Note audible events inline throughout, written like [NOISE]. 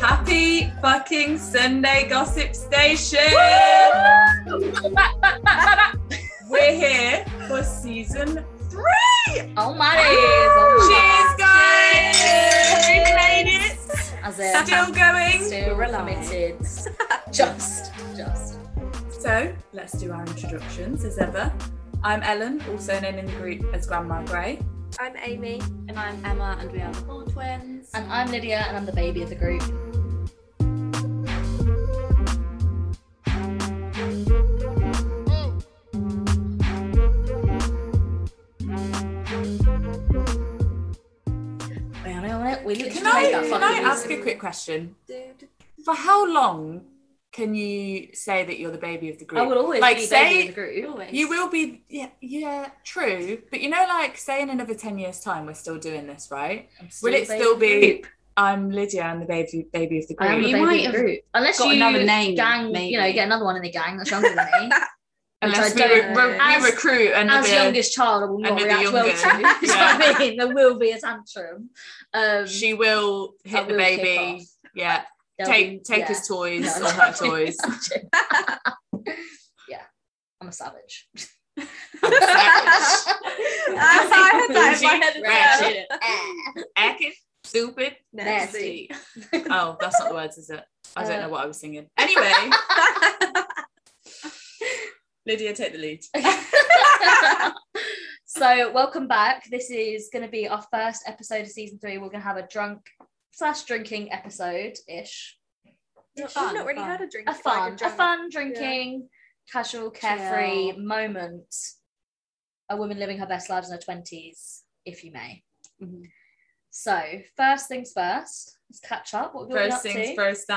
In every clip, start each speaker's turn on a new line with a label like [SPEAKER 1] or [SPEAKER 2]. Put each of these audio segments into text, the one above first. [SPEAKER 1] Happy fucking Sunday, Gossip Station! We're here for season three!
[SPEAKER 2] Oh my days. Oh my
[SPEAKER 1] Cheers, guys!
[SPEAKER 2] Cheers.
[SPEAKER 1] We made it!
[SPEAKER 2] As if
[SPEAKER 1] Still going!
[SPEAKER 2] still
[SPEAKER 3] We're alive.
[SPEAKER 2] committed. [LAUGHS] just, just.
[SPEAKER 1] So, let's do our introductions as ever. I'm Ellen, also known in the group as Grandma Grey.
[SPEAKER 3] I'm Amy. And I'm Emma, and we are the Ball Twins.
[SPEAKER 2] And I'm Lydia, and I'm the baby of the group. We literally
[SPEAKER 1] Can I,
[SPEAKER 2] made that
[SPEAKER 1] can I
[SPEAKER 2] fucking
[SPEAKER 1] ask
[SPEAKER 2] music.
[SPEAKER 1] a quick question?
[SPEAKER 3] [LAUGHS] Dude.
[SPEAKER 1] For how long can you say that you're the baby of the group?
[SPEAKER 2] I would always
[SPEAKER 1] Like,
[SPEAKER 2] be
[SPEAKER 1] say-
[SPEAKER 2] baby of the group.
[SPEAKER 3] Always.
[SPEAKER 1] You will be, yeah, yeah, true. But you know, like, say in another 10 years' time, we're still doing this, right?
[SPEAKER 2] I'm still
[SPEAKER 1] Will it
[SPEAKER 2] baby
[SPEAKER 1] still
[SPEAKER 2] of the
[SPEAKER 1] be,
[SPEAKER 2] group.
[SPEAKER 1] I'm Lydia, I'm the baby, baby of the
[SPEAKER 2] I am
[SPEAKER 1] group?
[SPEAKER 2] the
[SPEAKER 4] you
[SPEAKER 2] baby
[SPEAKER 4] might
[SPEAKER 2] of the
[SPEAKER 4] have
[SPEAKER 2] group. Unless
[SPEAKER 4] got
[SPEAKER 2] you
[SPEAKER 4] another name,
[SPEAKER 2] gang, you know,
[SPEAKER 4] maybe.
[SPEAKER 2] get another one in the gang
[SPEAKER 1] [LAUGHS]
[SPEAKER 2] that's younger than me.
[SPEAKER 1] Unless we,
[SPEAKER 2] which I
[SPEAKER 1] re-
[SPEAKER 2] don't
[SPEAKER 1] re-
[SPEAKER 3] know.
[SPEAKER 1] we recruit another.
[SPEAKER 2] As youngest child, I will not
[SPEAKER 1] another
[SPEAKER 2] react well
[SPEAKER 1] younger,
[SPEAKER 2] to. [LAUGHS] you know
[SPEAKER 1] yeah.
[SPEAKER 2] what I mean? There will be a tantrum. Um,
[SPEAKER 1] she will hit
[SPEAKER 2] I
[SPEAKER 1] the
[SPEAKER 2] will kick
[SPEAKER 1] baby.
[SPEAKER 2] off.
[SPEAKER 1] Yeah,
[SPEAKER 2] There'll
[SPEAKER 1] take
[SPEAKER 2] be-
[SPEAKER 1] take
[SPEAKER 2] yeah.
[SPEAKER 1] his toys
[SPEAKER 2] No,
[SPEAKER 1] or
[SPEAKER 2] [LAUGHS] I'm
[SPEAKER 1] her
[SPEAKER 2] joking.
[SPEAKER 1] toys.
[SPEAKER 2] I'm joking. [LAUGHS] yeah, I'm a savage. [LAUGHS]
[SPEAKER 1] Savage.
[SPEAKER 3] As I had that in my head as well.
[SPEAKER 1] Ratchet, acting stupid,
[SPEAKER 2] Nasty. [LAUGHS]
[SPEAKER 3] Nasty.
[SPEAKER 1] Oh, that's not the words, is it? I don't
[SPEAKER 2] Uh,
[SPEAKER 1] know what I was singing. Anyway,
[SPEAKER 2] [LAUGHS]
[SPEAKER 1] Lydia, take the lead.
[SPEAKER 2] [LAUGHS] so welcome back. This is going to be our first episode of season three. We're going to have a drunk slash drinking episode ish.
[SPEAKER 3] I've
[SPEAKER 4] Fun,
[SPEAKER 3] not really
[SPEAKER 4] fun.
[SPEAKER 3] had a drink.
[SPEAKER 2] A fun,
[SPEAKER 3] like
[SPEAKER 2] a fun drinking, casual, carefree
[SPEAKER 4] Chill.
[SPEAKER 2] moment. A woman living her best lives in her twenties, if you may.
[SPEAKER 4] Mhm.
[SPEAKER 2] So first things first. Let's catch up. What have we been
[SPEAKER 1] First
[SPEAKER 2] up
[SPEAKER 1] things
[SPEAKER 2] to?
[SPEAKER 1] first,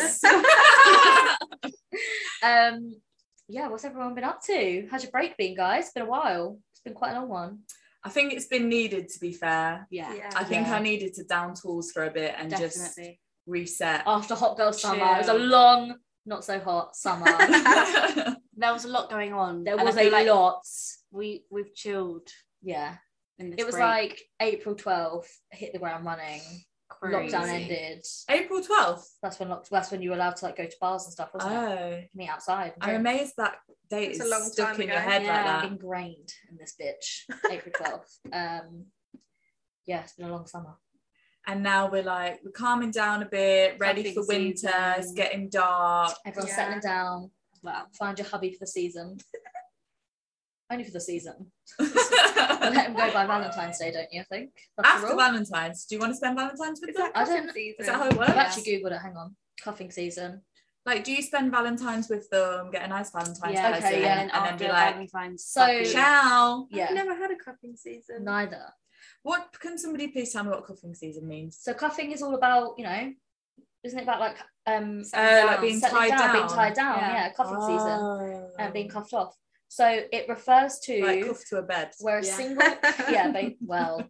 [SPEAKER 2] Amaryllis.
[SPEAKER 1] Amaryllis. [LAUGHS]
[SPEAKER 2] [LAUGHS] um yeah what's everyone been up to how's your break been guys it's been a while it's been quite a long one
[SPEAKER 1] I think it's been needed, to be fair.
[SPEAKER 4] Yeah,
[SPEAKER 3] Yeah.
[SPEAKER 1] I think
[SPEAKER 2] Yeah.
[SPEAKER 1] I needed to down tools for a bit and just
[SPEAKER 4] definitely.
[SPEAKER 1] reset.
[SPEAKER 2] [LAUGHS] after hot girl summer it was a
[SPEAKER 4] Chill.
[SPEAKER 2] long not so hot
[SPEAKER 4] [LAUGHS]
[SPEAKER 2] summer
[SPEAKER 4] There was a lot going on.
[SPEAKER 2] there
[SPEAKER 4] and I
[SPEAKER 2] was a
[SPEAKER 4] feel like
[SPEAKER 2] lot
[SPEAKER 4] We we've chilled
[SPEAKER 2] yeah
[SPEAKER 4] in this.
[SPEAKER 2] it was
[SPEAKER 4] break.
[SPEAKER 2] like april 12th hit the ground running
[SPEAKER 4] Crazy.
[SPEAKER 2] lockdown ended
[SPEAKER 1] [LAUGHS] April 12th.
[SPEAKER 2] that's when lock- that's when you were allowed to like go to bars and stuff wasn't it
[SPEAKER 1] Oh,
[SPEAKER 2] meet outside and
[SPEAKER 1] I'm
[SPEAKER 2] drink.
[SPEAKER 1] amazed that date
[SPEAKER 3] It's
[SPEAKER 1] is
[SPEAKER 3] a long
[SPEAKER 1] stuck
[SPEAKER 3] time
[SPEAKER 1] in your
[SPEAKER 3] ago.
[SPEAKER 1] head
[SPEAKER 4] Yeah.
[SPEAKER 1] like that.
[SPEAKER 2] ingrained in this bitch april
[SPEAKER 1] [LAUGHS]
[SPEAKER 2] 12th um yeah it's been a long summer
[SPEAKER 1] And now we're like, we're calming down a bit, ready
[SPEAKER 4] Camping
[SPEAKER 1] for winter,
[SPEAKER 4] season.
[SPEAKER 1] it's getting dark. [LAUGHS]
[SPEAKER 2] everyone's
[SPEAKER 3] Yeah.
[SPEAKER 2] settling down
[SPEAKER 4] well,
[SPEAKER 2] find your hubby for the
[SPEAKER 1] [LAUGHS]
[SPEAKER 2] season. Only for the season.
[SPEAKER 1] After
[SPEAKER 2] Let him go by Valentine's Day, don't you? I think. That's the rule.
[SPEAKER 1] Valentine's, do you want to spend Valentine's with
[SPEAKER 3] Is
[SPEAKER 1] them?
[SPEAKER 3] that
[SPEAKER 2] I
[SPEAKER 3] cuffing
[SPEAKER 2] don't-
[SPEAKER 3] season?
[SPEAKER 1] Is that how it works?
[SPEAKER 2] I've actually googled it. Hang on. Coughing season.
[SPEAKER 1] Like, do you spend Valentine's with them, get a nice Valentine's
[SPEAKER 4] yeah,
[SPEAKER 1] present,
[SPEAKER 2] okay,
[SPEAKER 4] okay,
[SPEAKER 2] yeah,
[SPEAKER 4] yeah.
[SPEAKER 1] and, then
[SPEAKER 4] after
[SPEAKER 1] be like,
[SPEAKER 4] Valentine's,
[SPEAKER 2] So-
[SPEAKER 4] happy.
[SPEAKER 1] ciao.
[SPEAKER 3] I've
[SPEAKER 2] Yeah.
[SPEAKER 3] never had a cuffing season.
[SPEAKER 2] Neither.
[SPEAKER 1] What can somebody please tell me what cuffing season means?
[SPEAKER 2] So coughing is all about you know, isn't it about like um
[SPEAKER 4] Settling
[SPEAKER 1] Uh,
[SPEAKER 4] down.
[SPEAKER 1] like being
[SPEAKER 2] settling
[SPEAKER 1] tied
[SPEAKER 2] down, being
[SPEAKER 1] down?
[SPEAKER 2] tied down? Yeah,
[SPEAKER 4] Yeah.
[SPEAKER 2] coughing season
[SPEAKER 1] Oh.
[SPEAKER 2] and being cuffed off. So it refers to
[SPEAKER 1] like cuffed to a bed.
[SPEAKER 2] where a
[SPEAKER 4] Yeah.
[SPEAKER 2] single yeah,
[SPEAKER 1] [LAUGHS]
[SPEAKER 2] ba- well,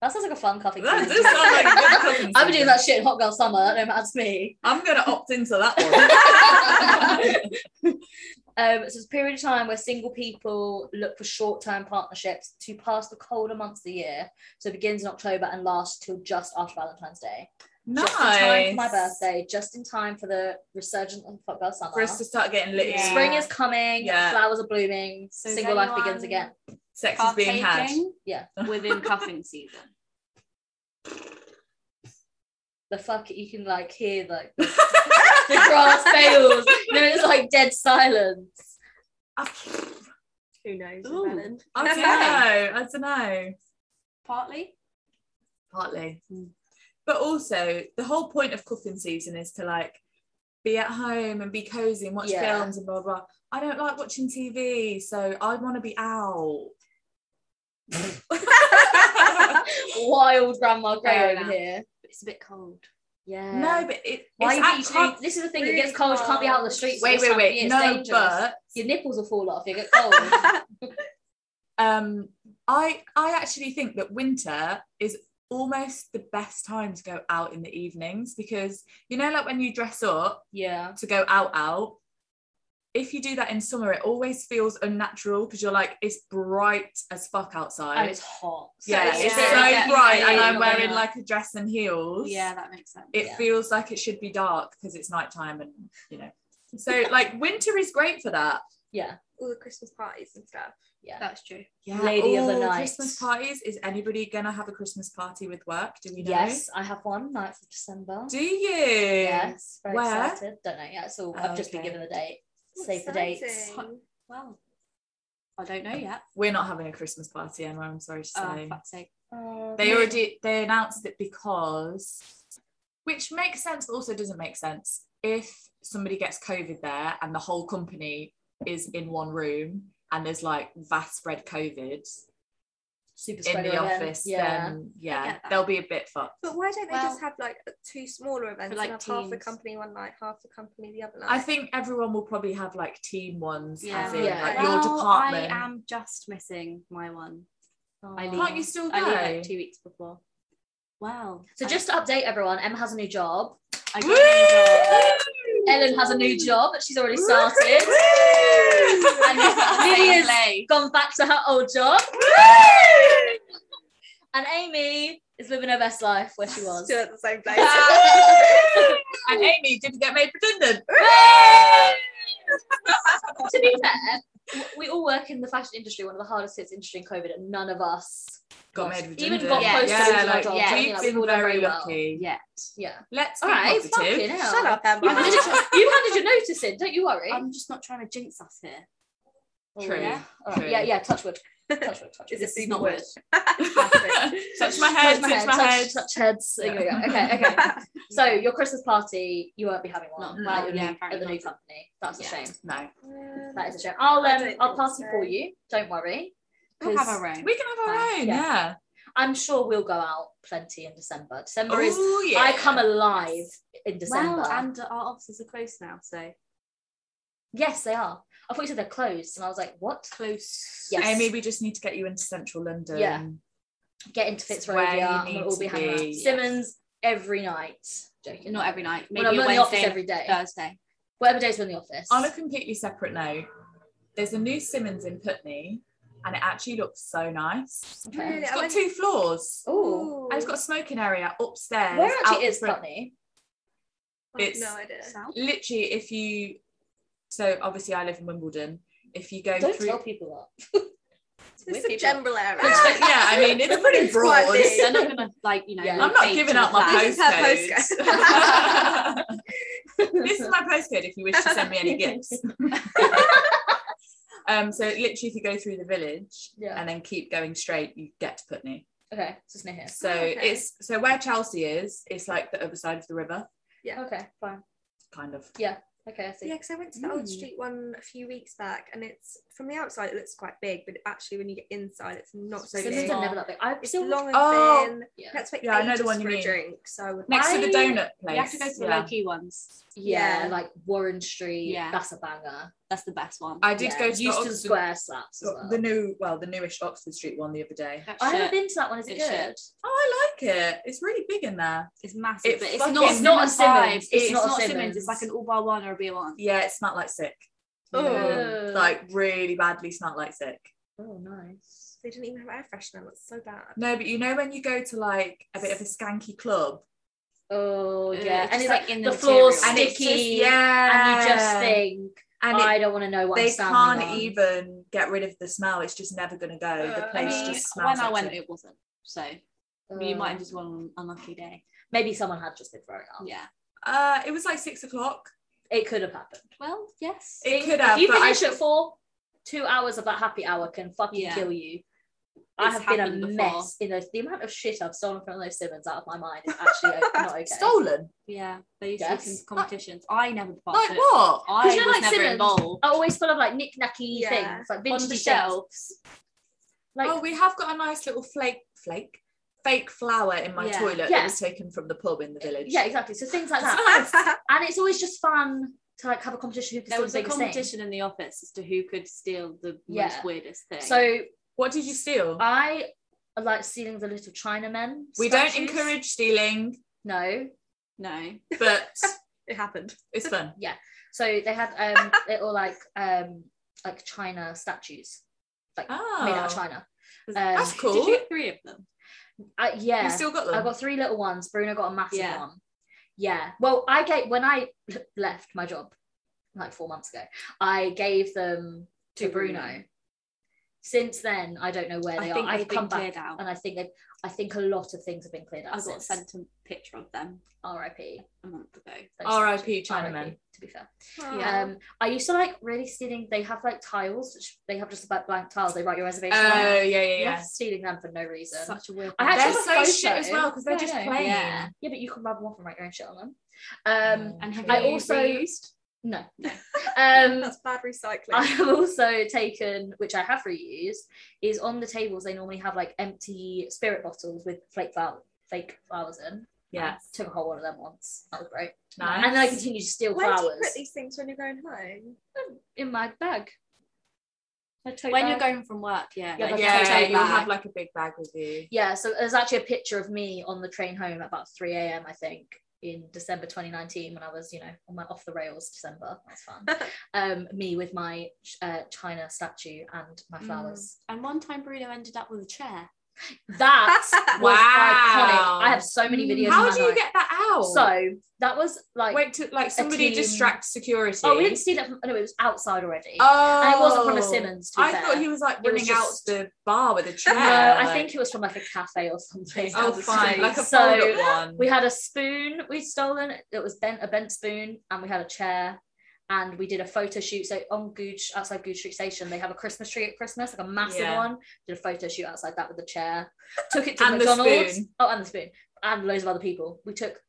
[SPEAKER 2] that sounds like a fun coughing
[SPEAKER 1] That
[SPEAKER 2] season.
[SPEAKER 1] does sound like a good cuffing
[SPEAKER 2] [LAUGHS] I've been doing
[SPEAKER 1] season.
[SPEAKER 2] that shit in hot girl summer. That don't matter to me. [LAUGHS]
[SPEAKER 1] I'm gonna opt into that one.
[SPEAKER 2] Um, so it's a period of time where single people look for short-term partnerships to pass the colder months of the year. So it begins in October and lasts till just after Valentine's Day.
[SPEAKER 1] nice.
[SPEAKER 2] [LAUGHS] Just in time for my birthday, just in time for the resurgence of hot girl summer.
[SPEAKER 1] For us to start getting lit.
[SPEAKER 4] Yeah.
[SPEAKER 2] Spring is coming,
[SPEAKER 1] Yeah.
[SPEAKER 2] flowers are blooming,
[SPEAKER 4] So is
[SPEAKER 2] single life
[SPEAKER 4] anyone
[SPEAKER 2] begins [LAUGHS] again.
[SPEAKER 1] Sex is being had.
[SPEAKER 4] partaking
[SPEAKER 2] Yeah.
[SPEAKER 4] within [LAUGHS] cuffing season.
[SPEAKER 2] The fuck you can like hear [LAUGHS] like the grass fails. No, it's like dead [LAUGHS] silence.
[SPEAKER 3] Who knows?
[SPEAKER 4] Ooh.
[SPEAKER 3] Ellen?
[SPEAKER 1] I don't know. I don't know.
[SPEAKER 4] Partly.
[SPEAKER 1] Partly. Hmm.
[SPEAKER 4] Mm.
[SPEAKER 1] But also, the whole point of cuffing season is to like be at home and be cozy and watch
[SPEAKER 2] Yeah.
[SPEAKER 1] films and blah, blah blah. I don't like watching TV, so I want to be
[SPEAKER 2] [LAUGHS]
[SPEAKER 1] out.
[SPEAKER 2] Wild grandma
[SPEAKER 4] Fair
[SPEAKER 2] grey over
[SPEAKER 4] enough.
[SPEAKER 2] here.
[SPEAKER 4] It's a bit cold.
[SPEAKER 2] Yeah.
[SPEAKER 1] no, but it,
[SPEAKER 2] Why
[SPEAKER 1] it's
[SPEAKER 2] you think you
[SPEAKER 1] actually.
[SPEAKER 2] can't- this is the thing,
[SPEAKER 3] really
[SPEAKER 2] it gets cold, you can't be out on the
[SPEAKER 3] cold.
[SPEAKER 2] streets.
[SPEAKER 1] Wait,
[SPEAKER 2] this
[SPEAKER 1] wait,
[SPEAKER 2] time of
[SPEAKER 1] wait.
[SPEAKER 2] year, it's
[SPEAKER 1] No,
[SPEAKER 2] dangerous.
[SPEAKER 1] but
[SPEAKER 2] your nipples will fall off, you get [LAUGHS] cold.
[SPEAKER 1] um, I I actually think that winter is almost the best time to go out in the evenings because you know, like when you dress up
[SPEAKER 2] yeah.
[SPEAKER 1] to go out out, if you do that in summer, it always feels unnatural because you're like, it's bright as fuck outside.
[SPEAKER 2] and it's hot. So
[SPEAKER 1] yeah,
[SPEAKER 4] it's
[SPEAKER 1] it's so
[SPEAKER 4] very definitely
[SPEAKER 1] bright, and
[SPEAKER 4] not
[SPEAKER 1] I'm
[SPEAKER 4] gonna-
[SPEAKER 1] wearing like a dress and heels.
[SPEAKER 4] Yeah, that makes sense.
[SPEAKER 1] it
[SPEAKER 2] Yeah.
[SPEAKER 1] feels like it should be dark because it's nighttime and you know. So like winter is great for that.
[SPEAKER 2] yeah,
[SPEAKER 3] All the Christmas parties and stuff.
[SPEAKER 4] That's true.
[SPEAKER 1] Yeah.
[SPEAKER 2] Lady of the
[SPEAKER 1] Ooh,
[SPEAKER 2] night.
[SPEAKER 1] Christmas parties. Is anybody gonna have a Christmas party with work? Do we know?
[SPEAKER 2] yes, I have one 9th of December.
[SPEAKER 1] Do you?
[SPEAKER 2] Yes, very
[SPEAKER 1] Where?
[SPEAKER 2] excited. Don't know yet. So
[SPEAKER 1] Oh,
[SPEAKER 2] I've just been
[SPEAKER 1] okay.
[SPEAKER 2] given the date.
[SPEAKER 3] Oh,
[SPEAKER 2] Save the dates.
[SPEAKER 3] exciting.
[SPEAKER 4] Well, I don't know yet.
[SPEAKER 1] We're not having a Christmas party, Emma. I'm sorry to say.
[SPEAKER 4] Oh, fuck's sake.
[SPEAKER 2] Oh,
[SPEAKER 1] they
[SPEAKER 2] no.
[SPEAKER 1] already they announced it because, which makes sense, but also doesn't make sense. If somebody gets COVID there and the whole company is in one room and there's like vast spread COVID
[SPEAKER 2] super
[SPEAKER 1] in
[SPEAKER 2] spreader
[SPEAKER 1] the
[SPEAKER 2] event.
[SPEAKER 1] office,
[SPEAKER 2] Yeah.
[SPEAKER 1] then yeah,
[SPEAKER 4] get that.
[SPEAKER 1] they'll be a bit fucked.
[SPEAKER 3] But why don't they just
[SPEAKER 4] Well-
[SPEAKER 3] have like two smaller events
[SPEAKER 4] like,
[SPEAKER 3] and have half the
[SPEAKER 4] teams.
[SPEAKER 3] company one night, half the company the other night?
[SPEAKER 1] I think everyone will probably have like team ones, as in
[SPEAKER 2] Yeah.
[SPEAKER 1] like
[SPEAKER 4] Well,
[SPEAKER 1] your department.
[SPEAKER 4] I am just missing my one. I
[SPEAKER 2] Aw.
[SPEAKER 4] leave.
[SPEAKER 1] Can't you still go?
[SPEAKER 4] I leave like two weeks before. Wow.
[SPEAKER 2] So just to update everyone, Emma has a new job.
[SPEAKER 4] I
[SPEAKER 1] Woo! [LAUGHS]
[SPEAKER 4] got
[SPEAKER 2] Ellen has a new job. She's already started. [LAUGHS]
[SPEAKER 1] Woo!
[SPEAKER 2] And [LAUGHS] Lydia's
[SPEAKER 4] Lydia's
[SPEAKER 2] gone back to her old job.
[SPEAKER 1] Woo!
[SPEAKER 2] And Amy is living her best life where she was. Uh,
[SPEAKER 3] Still at the same place.
[SPEAKER 1] and Amy didn't get made redundant.
[SPEAKER 2] [LAUGHS] to be fair, w- we all work in the fashion industry, one of the hardest hit industry in COVID, and none of us
[SPEAKER 1] got made redundant.
[SPEAKER 2] Even got
[SPEAKER 4] Yeah,
[SPEAKER 2] close
[SPEAKER 4] yeah,
[SPEAKER 2] to losing
[SPEAKER 1] like,
[SPEAKER 2] our jobs.
[SPEAKER 4] yeah,
[SPEAKER 2] you
[SPEAKER 1] we've
[SPEAKER 2] know, we've all
[SPEAKER 1] been
[SPEAKER 2] done
[SPEAKER 1] very
[SPEAKER 2] well.
[SPEAKER 1] lucky.
[SPEAKER 4] yet.
[SPEAKER 2] Yeah.
[SPEAKER 1] Let's be
[SPEAKER 2] All right.
[SPEAKER 1] positive.
[SPEAKER 2] Fucking hell.
[SPEAKER 3] Shut up,
[SPEAKER 2] You
[SPEAKER 3] Emma.
[SPEAKER 2] handed,
[SPEAKER 3] [LAUGHS]
[SPEAKER 2] it- [LAUGHS] you handed your notice in. Don't you worry.
[SPEAKER 4] I'm just not trying to jinx us here.
[SPEAKER 2] Oh,
[SPEAKER 1] True.
[SPEAKER 2] Yeah. All
[SPEAKER 1] True.
[SPEAKER 2] right. Yeah. Yeah. Touch wood. Touch wood. Touch wood.
[SPEAKER 3] Is
[SPEAKER 4] [LAUGHS] This
[SPEAKER 3] it
[SPEAKER 4] is not
[SPEAKER 3] secret?
[SPEAKER 4] good.
[SPEAKER 1] [LAUGHS] touch my head, touch my head.
[SPEAKER 2] touch, touch heads. There you go. Okay, okay.
[SPEAKER 4] [LAUGHS]
[SPEAKER 2] So
[SPEAKER 4] Yeah.
[SPEAKER 2] your Christmas party, you won't be having one
[SPEAKER 4] Not-
[SPEAKER 2] at, your
[SPEAKER 4] Mm, yeah,
[SPEAKER 2] new, at
[SPEAKER 4] apparently
[SPEAKER 2] the new
[SPEAKER 4] not.
[SPEAKER 2] company. That's a
[SPEAKER 4] Yeah.
[SPEAKER 2] shame.
[SPEAKER 1] No,
[SPEAKER 2] That is a shame. I'll
[SPEAKER 3] I
[SPEAKER 2] um,
[SPEAKER 3] don't
[SPEAKER 2] I'll
[SPEAKER 3] think
[SPEAKER 2] pass it for
[SPEAKER 3] so.
[SPEAKER 2] you. Don't worry.
[SPEAKER 4] we'll have
[SPEAKER 2] 'cause
[SPEAKER 4] our own.
[SPEAKER 1] we can have our
[SPEAKER 4] Fine.
[SPEAKER 1] own.
[SPEAKER 2] Yeah.
[SPEAKER 1] Yeah.
[SPEAKER 2] I'm sure we'll go out plenty in December. December is
[SPEAKER 1] Ooh, Oh, yeah.
[SPEAKER 2] I come alive in December.
[SPEAKER 4] Well, and our offices are closed now, so
[SPEAKER 2] yes, they are. I thought you said they're closed, and I was like, what?
[SPEAKER 4] close.
[SPEAKER 2] Yes.
[SPEAKER 1] Amy, we just need to get you into central London.
[SPEAKER 2] Yeah. Get into
[SPEAKER 1] It's where you
[SPEAKER 2] Fitzrovia. and
[SPEAKER 1] need
[SPEAKER 2] We'll all
[SPEAKER 1] to
[SPEAKER 2] be hanging out.
[SPEAKER 1] be.
[SPEAKER 2] Simmons every night. Joking.
[SPEAKER 4] Not every night. Maybe
[SPEAKER 2] Well, I'm
[SPEAKER 4] a
[SPEAKER 2] not in the office
[SPEAKER 4] Wednesday,
[SPEAKER 2] every day.
[SPEAKER 4] Thursday.
[SPEAKER 2] Whatever days we're in the office.
[SPEAKER 1] On a completely separate note, there's a new Simmons in Putney, and it actually looks so nice.
[SPEAKER 2] Okay.
[SPEAKER 3] Really?
[SPEAKER 1] It's
[SPEAKER 3] I
[SPEAKER 1] got
[SPEAKER 3] went-
[SPEAKER 1] two floors,
[SPEAKER 2] Oh,
[SPEAKER 1] and it's got a smoking area upstairs.
[SPEAKER 2] where actually
[SPEAKER 1] out
[SPEAKER 2] is
[SPEAKER 1] the front.
[SPEAKER 2] Putney?
[SPEAKER 3] I have
[SPEAKER 1] it's-
[SPEAKER 3] no idea.
[SPEAKER 4] South?
[SPEAKER 1] Literally, if you, so obviously I live in Wimbledon. If you go
[SPEAKER 2] Don't
[SPEAKER 1] through,
[SPEAKER 2] tell
[SPEAKER 1] [LAUGHS]
[SPEAKER 2] people
[SPEAKER 3] It's
[SPEAKER 2] people.
[SPEAKER 3] a general area. [LAUGHS]
[SPEAKER 1] yeah, I mean it's pretty
[SPEAKER 3] It's quite
[SPEAKER 4] [LAUGHS]
[SPEAKER 1] broad.
[SPEAKER 3] big.
[SPEAKER 4] They're not gonna like you know.
[SPEAKER 2] Yeah.
[SPEAKER 1] I'm not
[SPEAKER 4] fake
[SPEAKER 1] giving
[SPEAKER 4] to
[SPEAKER 1] out my
[SPEAKER 4] the
[SPEAKER 3] This is her
[SPEAKER 1] postcode.
[SPEAKER 2] that.
[SPEAKER 1] [LAUGHS] this is my postcode if you wish to send me any gifts. um, so literally, if you go through the village
[SPEAKER 2] Yeah.
[SPEAKER 1] and then keep going straight, you get to Putney.
[SPEAKER 2] Okay, so it's near here.
[SPEAKER 1] So
[SPEAKER 3] Okay.
[SPEAKER 1] it's so where Chelsea is, it's like the other side of the river,
[SPEAKER 2] Okay, fine.
[SPEAKER 1] kind of.
[SPEAKER 2] Okay, I see.
[SPEAKER 3] Yeah, because I went to the
[SPEAKER 4] Mm.
[SPEAKER 3] old street one a few weeks back, and it's from the outside it looks quite big, but actually when you get inside it's not so
[SPEAKER 2] So
[SPEAKER 3] big.
[SPEAKER 2] Simmons are never that big. I
[SPEAKER 3] It's
[SPEAKER 2] still
[SPEAKER 3] long and
[SPEAKER 1] Oh.
[SPEAKER 3] thin.
[SPEAKER 2] Yeah.
[SPEAKER 3] You have to wait
[SPEAKER 1] Yeah, I know the
[SPEAKER 3] ages
[SPEAKER 1] one you
[SPEAKER 3] for
[SPEAKER 1] mean.
[SPEAKER 3] a drink. So I would
[SPEAKER 1] Next to the
[SPEAKER 4] I-
[SPEAKER 1] donut place.
[SPEAKER 4] You have to go to the
[SPEAKER 1] yeah.
[SPEAKER 4] low key ones.
[SPEAKER 2] yeah,
[SPEAKER 3] Yeah.
[SPEAKER 2] like Warren Street.
[SPEAKER 4] Yeah.
[SPEAKER 2] that's a banger.
[SPEAKER 4] That's the best one.
[SPEAKER 1] I did
[SPEAKER 2] Yeah,
[SPEAKER 1] go to the
[SPEAKER 2] Euston
[SPEAKER 1] Oxford-
[SPEAKER 2] Square slaps as
[SPEAKER 1] got
[SPEAKER 2] well.
[SPEAKER 1] the new, well, the newish Oxford Street one the other day.
[SPEAKER 4] That
[SPEAKER 2] I
[SPEAKER 4] shit
[SPEAKER 2] haven't been to that one. Is it
[SPEAKER 4] It's shit.
[SPEAKER 2] good?
[SPEAKER 1] Oh, I like it. It's really big in there.
[SPEAKER 4] is massive,
[SPEAKER 1] It
[SPEAKER 4] but it's
[SPEAKER 1] fucking-
[SPEAKER 4] not.
[SPEAKER 1] It's
[SPEAKER 2] not a
[SPEAKER 4] vibe.
[SPEAKER 2] Simmons.
[SPEAKER 4] It's, not, a Simmons. It's like an
[SPEAKER 2] Simmons.
[SPEAKER 4] all bar one or a beer one.
[SPEAKER 1] Yeah, it smelled like sick.
[SPEAKER 3] Oh.
[SPEAKER 2] Ugh.
[SPEAKER 1] Like really badly smelled like sick.
[SPEAKER 2] oh nice.
[SPEAKER 3] They didn't even have air freshener. That's so bad.
[SPEAKER 1] No, but you know when you go to like a bit of a skanky club
[SPEAKER 2] Oh
[SPEAKER 4] Ugh,
[SPEAKER 2] yeah,
[SPEAKER 4] it's
[SPEAKER 2] and
[SPEAKER 4] just
[SPEAKER 2] it's like,
[SPEAKER 4] like in
[SPEAKER 2] the,
[SPEAKER 4] the
[SPEAKER 2] floor
[SPEAKER 4] material.
[SPEAKER 1] and
[SPEAKER 2] sticky,
[SPEAKER 1] it's just, yeah,
[SPEAKER 2] and you just think
[SPEAKER 1] and it,
[SPEAKER 2] I don't want to know what I'm
[SPEAKER 1] they
[SPEAKER 2] standing
[SPEAKER 1] can't
[SPEAKER 2] on.
[SPEAKER 1] even get rid of the smell. It's just never gonna go. the
[SPEAKER 3] Uh,
[SPEAKER 4] I
[SPEAKER 1] place
[SPEAKER 4] mean,
[SPEAKER 1] just smells.
[SPEAKER 4] when I
[SPEAKER 1] like
[SPEAKER 4] went,
[SPEAKER 1] shit.
[SPEAKER 4] it wasn't. So you
[SPEAKER 2] Ugh.
[SPEAKER 4] might have just won on an unlucky day.
[SPEAKER 2] maybe someone had just been throwing up.
[SPEAKER 4] Yeah.
[SPEAKER 1] uh, it was like six o'clock.
[SPEAKER 2] It could have happened.
[SPEAKER 4] Well, yes.
[SPEAKER 1] It could
[SPEAKER 2] if
[SPEAKER 1] have,
[SPEAKER 2] you
[SPEAKER 1] but I
[SPEAKER 2] finish at four, two hours of that happy hour can fucking
[SPEAKER 4] Yeah.
[SPEAKER 2] kill you. I
[SPEAKER 4] It's
[SPEAKER 2] have been a
[SPEAKER 4] happened before.
[SPEAKER 2] mess in those. The amount of shit I've stolen from those Simmons out of my mind is actually o- not okay.
[SPEAKER 1] stolen.
[SPEAKER 4] yeah. They used to do
[SPEAKER 2] Yes.
[SPEAKER 4] com- competitions. I never
[SPEAKER 1] Like
[SPEAKER 4] participated.
[SPEAKER 1] what?
[SPEAKER 4] I was
[SPEAKER 2] you know, like,
[SPEAKER 4] never
[SPEAKER 2] Simmons-
[SPEAKER 4] involved.
[SPEAKER 2] Are always full of like knickknacky
[SPEAKER 3] Yeah.
[SPEAKER 2] things, like
[SPEAKER 4] On
[SPEAKER 2] vintage
[SPEAKER 4] the
[SPEAKER 2] things.
[SPEAKER 4] shelves.
[SPEAKER 2] Like,
[SPEAKER 1] oh, we have got a nice little flake, flake, fake flower in my
[SPEAKER 4] Yeah.
[SPEAKER 1] toilet
[SPEAKER 2] Yeah.
[SPEAKER 1] that was taken from the pub in the village.
[SPEAKER 2] yeah, exactly. So things like that,
[SPEAKER 3] That's
[SPEAKER 2] and it's always just fun to like have a competition who can
[SPEAKER 4] There
[SPEAKER 2] steal
[SPEAKER 4] was
[SPEAKER 2] the
[SPEAKER 4] a
[SPEAKER 2] biggest
[SPEAKER 4] competition in the office as to who could steal the
[SPEAKER 2] Yeah.
[SPEAKER 4] most weirdest thing.
[SPEAKER 2] Thing. So
[SPEAKER 1] What did you steal?
[SPEAKER 2] I like stealing the little Chinamen.
[SPEAKER 1] we don't
[SPEAKER 2] statues.
[SPEAKER 1] encourage stealing,
[SPEAKER 2] No, [LAUGHS]
[SPEAKER 4] no.
[SPEAKER 1] but
[SPEAKER 3] It happened.
[SPEAKER 1] It's fun.
[SPEAKER 2] So they had um little like um like China statues, like
[SPEAKER 1] Oh,
[SPEAKER 2] made out of China. Um,
[SPEAKER 1] that's cool.
[SPEAKER 4] Did you get three of them?
[SPEAKER 2] I, yeah,
[SPEAKER 1] You still got them.
[SPEAKER 2] I got three little ones. Bruno got a massive
[SPEAKER 4] Yeah.
[SPEAKER 2] one. Yeah. Well, I gave when I left my job like four months ago, I gave them to,
[SPEAKER 4] To
[SPEAKER 2] Bruno.
[SPEAKER 4] Bruno.
[SPEAKER 2] Since then, I don't know where they
[SPEAKER 4] I
[SPEAKER 2] are.
[SPEAKER 4] think
[SPEAKER 2] I've
[SPEAKER 4] they've
[SPEAKER 2] come
[SPEAKER 4] been
[SPEAKER 2] back,
[SPEAKER 4] cleared out.
[SPEAKER 2] and I think they, I think a lot of things have been cleared out.
[SPEAKER 4] I got
[SPEAKER 2] since.
[SPEAKER 4] sent a picture of them
[SPEAKER 2] R.I.P.
[SPEAKER 4] a month ago.
[SPEAKER 2] Those
[SPEAKER 1] R.I.P.
[SPEAKER 2] statues. R.I.P.,
[SPEAKER 1] Chinaman.
[SPEAKER 2] To be fair.
[SPEAKER 4] Yeah.
[SPEAKER 2] Um, I used to like really stealing. They have like tiles, which they have just about blank tiles. They write your
[SPEAKER 1] Oh
[SPEAKER 2] reservation. on.
[SPEAKER 1] yeah, yeah,
[SPEAKER 2] I'm
[SPEAKER 1] yeah.
[SPEAKER 2] not stealing them for no reason.
[SPEAKER 4] Such a weird.
[SPEAKER 2] I
[SPEAKER 4] one.
[SPEAKER 2] had
[SPEAKER 1] They're
[SPEAKER 2] actually
[SPEAKER 1] so
[SPEAKER 2] a
[SPEAKER 1] shit
[SPEAKER 2] photo.
[SPEAKER 1] as well because they're
[SPEAKER 2] Yeah,
[SPEAKER 1] just
[SPEAKER 2] I know.
[SPEAKER 1] plain.
[SPEAKER 4] Yeah.
[SPEAKER 2] yeah, but you can rub them off and write your own shit on them. Um,
[SPEAKER 1] Yeah. Mm,
[SPEAKER 4] And have
[SPEAKER 2] I
[SPEAKER 4] you
[SPEAKER 2] also-
[SPEAKER 4] reused?
[SPEAKER 2] no,
[SPEAKER 1] [LAUGHS]
[SPEAKER 2] no. Um,
[SPEAKER 3] That's bad recycling.
[SPEAKER 2] [LAUGHS] I have also taken, which I have reused, is on the tables they normally have like empty spirit bottles with fake flower, fake flowers in.
[SPEAKER 1] yeah,
[SPEAKER 2] Took a whole one of them once. That was great.
[SPEAKER 1] nice.
[SPEAKER 2] And then I continued to steal
[SPEAKER 3] Where do you
[SPEAKER 2] flowers
[SPEAKER 3] put these things when you're going home?
[SPEAKER 2] in my bag. My tote
[SPEAKER 4] When you're
[SPEAKER 2] bag.
[SPEAKER 4] going from work, yeah.
[SPEAKER 2] Yeah,
[SPEAKER 4] like,
[SPEAKER 2] but
[SPEAKER 4] take
[SPEAKER 1] yeah,
[SPEAKER 4] that
[SPEAKER 1] you'll
[SPEAKER 4] back.
[SPEAKER 1] have like a big bag with you.
[SPEAKER 2] Yeah, so there's actually a picture of me on the train home at about 3 a.m. I think in December 2019 when I was, you know, on my off the rails December. That's fun.
[SPEAKER 1] [LAUGHS]
[SPEAKER 2] um, me with my uh, China statue and my
[SPEAKER 4] Mm.
[SPEAKER 2] flowers.
[SPEAKER 4] And one time Bruno ended up with a chair.
[SPEAKER 2] That
[SPEAKER 1] [LAUGHS]
[SPEAKER 2] was
[SPEAKER 1] Wow.
[SPEAKER 2] iconic. I have so many
[SPEAKER 4] Mm.
[SPEAKER 2] videos.
[SPEAKER 4] Yeah,
[SPEAKER 1] How
[SPEAKER 2] in my
[SPEAKER 1] do you
[SPEAKER 2] mind.
[SPEAKER 1] get that out?
[SPEAKER 2] So that was like.
[SPEAKER 1] wait to like somebody
[SPEAKER 2] team-
[SPEAKER 1] distract security.
[SPEAKER 2] oh, we didn't see that. From, no, it was outside already.
[SPEAKER 1] Oh,
[SPEAKER 2] and it wasn't from a Simmons. To be
[SPEAKER 1] I
[SPEAKER 2] fair.
[SPEAKER 1] thought he was like
[SPEAKER 2] It was
[SPEAKER 1] running
[SPEAKER 2] just-
[SPEAKER 1] out the bar with a chair.
[SPEAKER 2] [LAUGHS] No, I
[SPEAKER 1] like-
[SPEAKER 2] think it was from like a cafe or something.
[SPEAKER 1] Oh,
[SPEAKER 2] [LAUGHS]
[SPEAKER 4] out the
[SPEAKER 1] fine,
[SPEAKER 4] street.
[SPEAKER 1] like a
[SPEAKER 2] So,
[SPEAKER 1] fold-up one.
[SPEAKER 2] We had a spoon we'd stolen. It was bent a bent spoon, and we had a chair, and we did a photo shoot. So on Gooch outside Gooch Street Station, they have a Christmas tree at Christmas, like a massive
[SPEAKER 1] Yeah.
[SPEAKER 2] one. Did a photo shoot outside that with the chair. Took it to
[SPEAKER 1] And the
[SPEAKER 2] McDonald's.
[SPEAKER 1] spoon.
[SPEAKER 2] Oh, and the spoon, and loads of other people. We took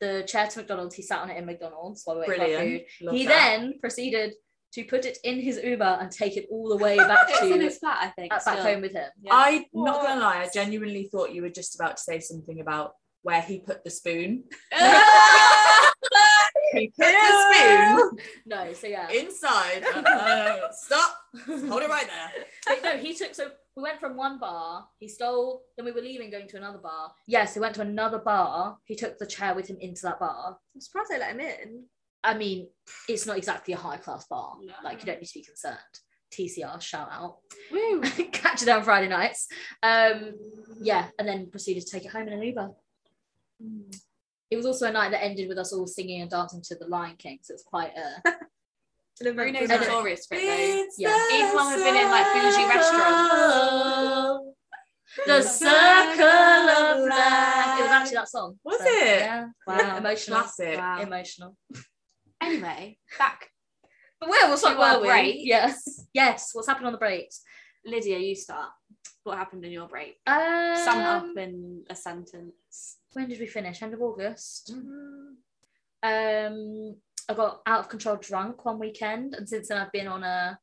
[SPEAKER 2] the chair to McDonald's. He sat on it in McDonald's while we were waiting for our
[SPEAKER 1] Brilliant.
[SPEAKER 2] food.
[SPEAKER 1] Love
[SPEAKER 2] he
[SPEAKER 1] that.
[SPEAKER 2] then proceeded to put it in his Uber and take it all the
[SPEAKER 1] [LAUGHS]
[SPEAKER 2] way back
[SPEAKER 4] It's in
[SPEAKER 2] to
[SPEAKER 4] his flat, I think.
[SPEAKER 2] back
[SPEAKER 4] still.
[SPEAKER 2] home with him.
[SPEAKER 4] Yeah.
[SPEAKER 1] I'm not
[SPEAKER 3] What?
[SPEAKER 1] gonna lie, I genuinely thought you were just about to say something about where he put the spoon. [LAUGHS] he put the
[SPEAKER 2] No, so yeah.
[SPEAKER 1] spoon inside. Uh, stop.
[SPEAKER 2] [LAUGHS]
[SPEAKER 1] Hold it right there.
[SPEAKER 2] But no, he took. So we went from one bar. He stole. Then we were leaving, going to another bar. Yes, we went to another bar. He took the chair with him into that bar.
[SPEAKER 3] I'm surprised they let him in.
[SPEAKER 2] I mean, it's not exactly a high class bar.
[SPEAKER 4] No.
[SPEAKER 2] Like you don't need to be concerned. TCR shout out.
[SPEAKER 4] Woo.
[SPEAKER 2] [LAUGHS] Catch you there on Friday nights. Um, yeah, and then proceeded to take it home in an Uber.
[SPEAKER 4] Hmm.
[SPEAKER 2] It was also a night that ended with us all singing and dancing to The Lion King. So it's quite a.
[SPEAKER 3] An eventful
[SPEAKER 4] Bruno's
[SPEAKER 2] Bruno.
[SPEAKER 3] night.
[SPEAKER 4] notorious for it though.
[SPEAKER 2] Yeah.
[SPEAKER 4] Even when we've been in, like, bougie restaurants.
[SPEAKER 2] the circle of life. It was actually that song.
[SPEAKER 1] Was it?
[SPEAKER 2] Yeah. [LAUGHS]
[SPEAKER 4] Wow.
[SPEAKER 2] Emotional.
[SPEAKER 1] Classic.
[SPEAKER 4] Wow.
[SPEAKER 2] Emotional.
[SPEAKER 4] Anyway, back.
[SPEAKER 2] But where was
[SPEAKER 4] To
[SPEAKER 2] like
[SPEAKER 4] our
[SPEAKER 2] were we?
[SPEAKER 4] breaks.
[SPEAKER 2] Yes. Yes. What's happened on the breaks?
[SPEAKER 4] Lydia, you start. What happened in your break?
[SPEAKER 2] Um,
[SPEAKER 4] Sum up in a sentence.
[SPEAKER 2] When did we finish? End of August.
[SPEAKER 3] Mm-hmm.
[SPEAKER 1] Mm.
[SPEAKER 2] Um, I got out of control drunk one weekend, and since then I've been on a